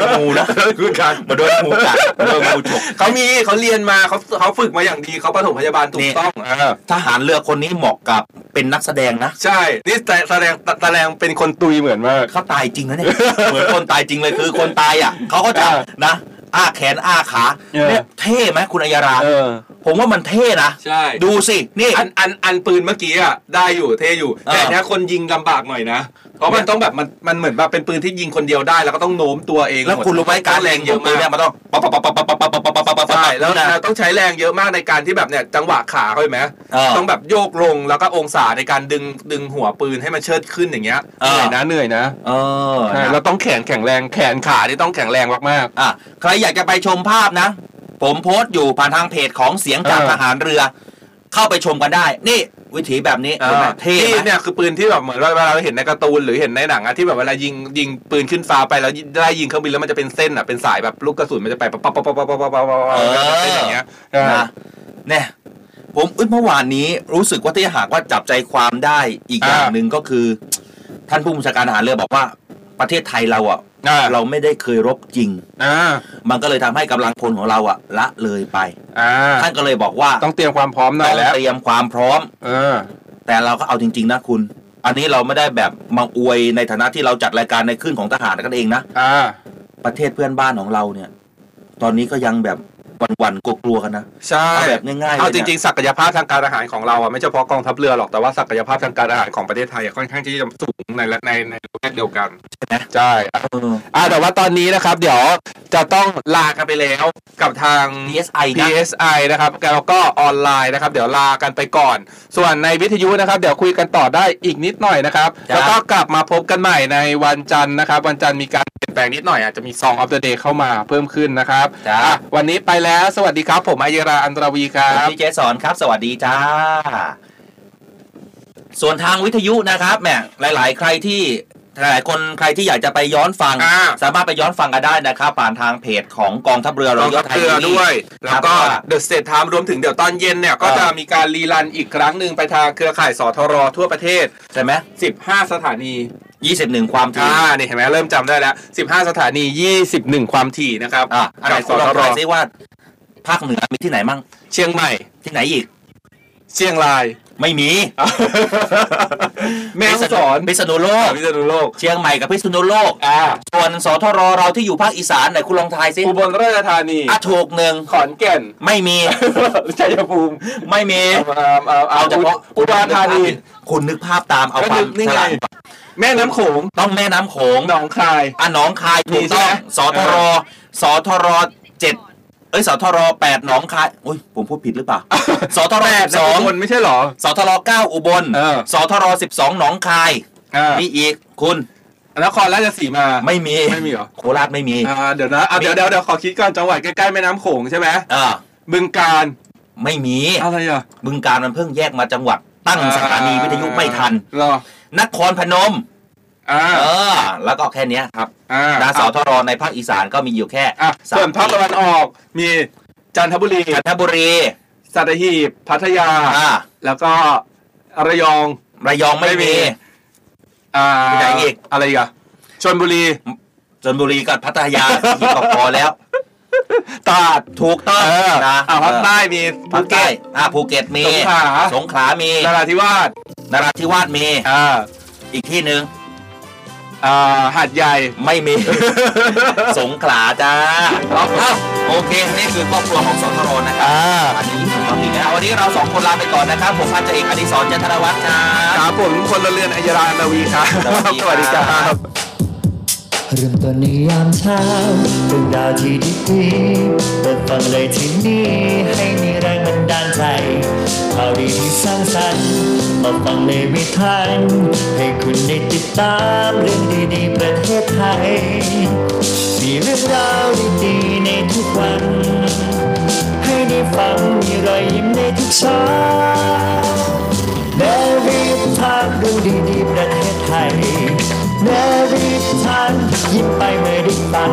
โดนงู นะ
คือการ
เหมือนโดนงูกัดเหมือนโดนงูฉก
เขามีเขาเรียนมาเขาเขาฝึกมาอย่างดีเขาปฐมพยาบาลถู
นี่
กต้องเออ
ทหารเรือคนนี้เหมาะกับเป็นนักแสดงนะ
ใช่ นี่แต่แสดงแสดงเป็นคนตุยเหมือนมาก
เขาตายจริงนะเนี่ย เหมือนคนตายจริงเลยคือคนตายอ่ะเขาก็จะ
เออ
นะอ้าแขนอ้าขา
เออ
เนี่ยเท่ไหมคุณอัยรา
เออ
ผมว่ามันเท่นะ
ใช่
ดูสินี่
อันอันอันปืนเมื่อกี้อ่ะได้อยู่เท่อยู่
เออ
แต่เนี้ยคนยิงลำบากหน่อยนะเพราะมันต้องแบบมันมันเหมือนแบบเป็นปืนที่ยิงคนเดียวได้ แล้วก็ต้องโน้มตัวเอง
แล้วคุณรู้ไหมการแรงเยอะมากเนี่ยมันต้องปั๊บปั๊บปั๊บปั๊บปั๊บปั๊บปั๊บปั๊บปั๊บปั๊บปั๊บ
ใช่แล้ว
นะ
เราต้องใช้แรงเยอะมากในการที่แบบเนี่ยจังหวะขาเขาเห็นไหม
เออ
ต้องแบบโยกลงแล้วก็องศาในการดึงดึงหัวปืนให้มันเชิดขึ้นอย่างเงี้ย
เอ
เห
อ
นื่อยนะเหนื่อยนะ
เออ
ใช่
นะ
เราต้องแขนแข็งแรงแขนขาที่ต้องแข็งแรงมาก
อ่ะใครอยากจะไปชมภาพนะ ผมโพสต์อยู่ผ่านทางเพจของเสียงจาก
เออ
ทหารเรือ เข้าไปชมกันได้ นี่วิถีแบบนี้
ๆเอ
เห็นไหม
อ
เท่
ที่
ไหม
เนี่ยคือปืนที่แบบเหมือนว่าเวลาเราเห็นในการ์ตูนหรือเห็นในหนังอะที่แบบเวลายิงยิงปืนขึ้นฟ้าไปแล้วได้ยิงเครื่องบินแล้วมันจะเป็นเส้นอะเป็นสายแบบลูกกระสุนมันจะไปปั๊บปั๊บปั๊บปั๊บปั๊บปั๊บปั๊บปั๊บเป็นเส้นอย่างเงี้ยเออ
นะเนี่ยผมอุ๊ยเมื่อวานนี้รู้สึกว่าที่หากว่าจับใจความได้อีกอย่าง
เออ
หนึ่งก็คือ ท่านผู้บัญชาการทหารเรือบอกว่าประเทศไทยเราอ่ะ
อ่า
เราไม่ได้เคยรบจริง
อ่า
มันก็เลยทำให้กำลังพลของเราอ่ะละเลยไป
อ่า
ท่านก็เลยบอกว่า
ต้องเตรียมความพร้อมหน่
ต้อย ง
อแล้ว
เตรียมความพร้อม
เออ
แต่เราก็เอาจริง ๆ นะคุณ อันนี้เราไม่ได้แบบมาอวยในฐานะที่เราจัดรายการในคลื่นของทหารกันเองนะ
อ่า
ประเทศเพื่อนบ้านของเราเนี่ย ตอนนี้ก็ยังแบบหวั่นๆกลัวๆกันนะ
ใช่
เอาแบบง่ายๆเลยนะ
เอาจริงๆ ศักยภาพทางการอาหารของเราอ่ะไม่เฉพาะกองทัพเรือหรอกแต่ว่าศักยภาพทางการอาหารของประเทศไทยอะค่อนข้างที่จะสูงในในในระแวกเดียวกันใช่ไหมใช่
เออ
อ่าแต่ว่าตอนนี้นะครับ เดี๋ยวจะต้องลากันไปแล้วกับทาง
PSI นะ
PSI นะครับแล้วก็ออนไลน์นะครับ เดี๋ยวลากันไปก่อน ส่วนในวิทยุนะครับ เดี๋ยวคุยกันต่อได้อีกนิดหน่อยนะครับ
ครับ
แล้วก็กลับมาพบกันใหม่ในวันจันทร์นะครับ วันจันทร์มีการเปลี่ยนแปลงนิดหน่อยอาจจะมีซองอัปเดตเข้ามาเพิ่มขึ้นนะครับ
จ้า
อ่ะวันนี้ไปแล้ว สวัสดีครับ ผมอัยราอันตรวีครั
ผม
บ
พี่เจสอนครับ สวัสดีจ้า ส่วนทางวิทยุนะครับแหมหลาย ๆ ใครที่หลายๆคนใครที่อยากจะไปย้อนฟัง
อ่า
สามารถไปย้อนฟังกันได้นะครับผ่านทางเพจของกองทัพเรือ
ร
เรา
อง
ยศ
กับ
ไทย
เรือ
นี่
ด้วย
ค
แล้
รับ
วก็
ว่า
เดอะสเตทไทม์รวมถึงเดี๋ยวตอนเย็นเนี่ย ก็
เออ
จะมีการรีรันอีกครั้งหนึ่งไปทางเครือข่ายสทรทั่วประเทศ
ใช่ไหม
15 สถานี
ยี่สิบหนึ่งความถี่
อ่านี่เห็นไหมเริ่มจำได้แล้ว 15 สถานี 21 ความถี่นะครับ
อ่ะอะไร
กับ
ข
ส
อง
ท
เรา
ร
ไปซิว่าภาคเหนือมีที่ไหนมั่ง
เชียงใหม่
ที่ไหนอีก
เชียง ราย
ไม่มี
แม่ฮ่องสอน
พิษณุโลก
พิษณุโลก
เชียงใหม่กับพิษณุโลก
อ่า
ส่วนสทรเราที่อยู่ภาคอีสานไหนคุณลองทายซิ
อุบลราชธานี
อ่ะถูกหนึ่ง
ขอนแก่น
ไม่มี
ชัยภูมิ
ไม่มี
เอาเอาเอา
เอาเฉพาะ
อุดรธานี
คุณนึกภาพตามเอาความ
ก็นึกนี่
ฉ
ไง
ลาด
แม่น้ำโขง
ต้องแม่น้ำโขง
หนองคาย
อ่ะหนองคายถูกต้อง
นี่ใช่
ส
ไหม
ทร สทรเจ็ดเอ้ย สทรแปดหนองคายอุ้ยผมพูดผิดหรือเปล่ า สทร
แปด
ส
ส
อ
อง
ง
คนไม่ใช่เหรอ
สทรเก้าอุบล
เออ
สทรสิบสองหนองคาย
อ่า
มีอีกคุณ
นครราชสีมา
ไม่มี
ไม่มีเหรอ
โคราชไม่มี
อ่าเดี๋ยวนะอ่ะเดี๋ยวเดี๋ยวเดี๋ยวขอคิดก่อนจังหวัดใกล้ๆแม่น้ำโขงใช่ไหม
เออ
บึงการ
ไม่มี
อะไรอ่ะ
บึงการมันเพิ่งแยกมาจังหวัด ตั้งสถานีวิทยุไม่ทัน
หรอน
ครพนม
อ่า
เออ แล้วก็แค่เนี้ยครับ
อ่า
นาสทรในภาคอีสานก็มีอยู่แค่
อ่ะ
สาม
ส่วนภาคตะวันออกมีจันทบุรี
จันทบุรี
สัตหีบพัทยา
อ่า
แล้วก็ระยอง
ระยองไม่
ไม่มี
มี
อ่า
ไหนอีก
อะไรอีกอ่ะชลบุรี
ชนบุรีกับพัท ยาที่ก็พอแล้ว
ตราด
ถูกต้อง
เออ
นะ
อ่าภาคใต้มี
ภา
ภู
คใต้
เก็ต
อ่าภูเก็ตมี
สงขลา
สงขลามี
นราธิวาส
นราธิวาสมี
อ่า
อีกที่หนึ่ง
อ่าหาดใหญ่
ไม่ มี สงขลาจ้าเอาครับโอเค นี่คือครอบครัวของสทรนะครับ อันนี้สุดยอดจริงนะครับวันนี้เราสองคนลาไปก่อนนะครับ ผมพันจ่าเอกอดิศรจันทรวัฒน์ครับ
ครับผมคนละเรือนอัยรานาวีครับ
สวัสดีครับ
เริ่มต้นในยามเช้าเรื่องราวที่ดีๆเปิดฟังเลยที่นี่ ให้มีแรงบันดาลใจข่าวดีที่สร้างสรรค์มาฟังในวิถีให้คุณได้ติดตามเรื่องดีๆ ประเทศไทย มีเรื่องราวดีๆในทุกวัน ให้ได้ฟังมีรอยยิ้มในทุกเช้า เนวิทานดูดีๆประเทศไทยเนวิทานยิ้มไปเมื่อได้ฟัง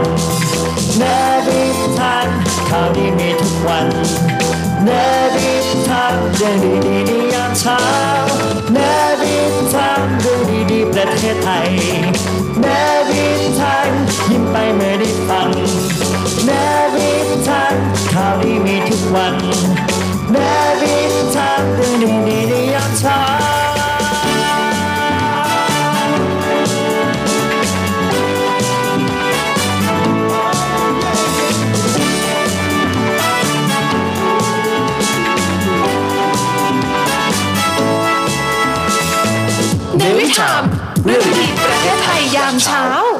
เนวิทานข่าวดีมีทุกวันเนวิทานเรื่องดีๆในยามเช้าเนวิทานดูดีๆประเทศไทยเนวิทานยิ้มไปเมื่อได้ฟังเนวิทานข่าวดีมีทุกวัน แม้วิทางเรื่องดีๆในยามเช้า
เดวิดไทามเรื่องดีประเทศไทยยามเช้า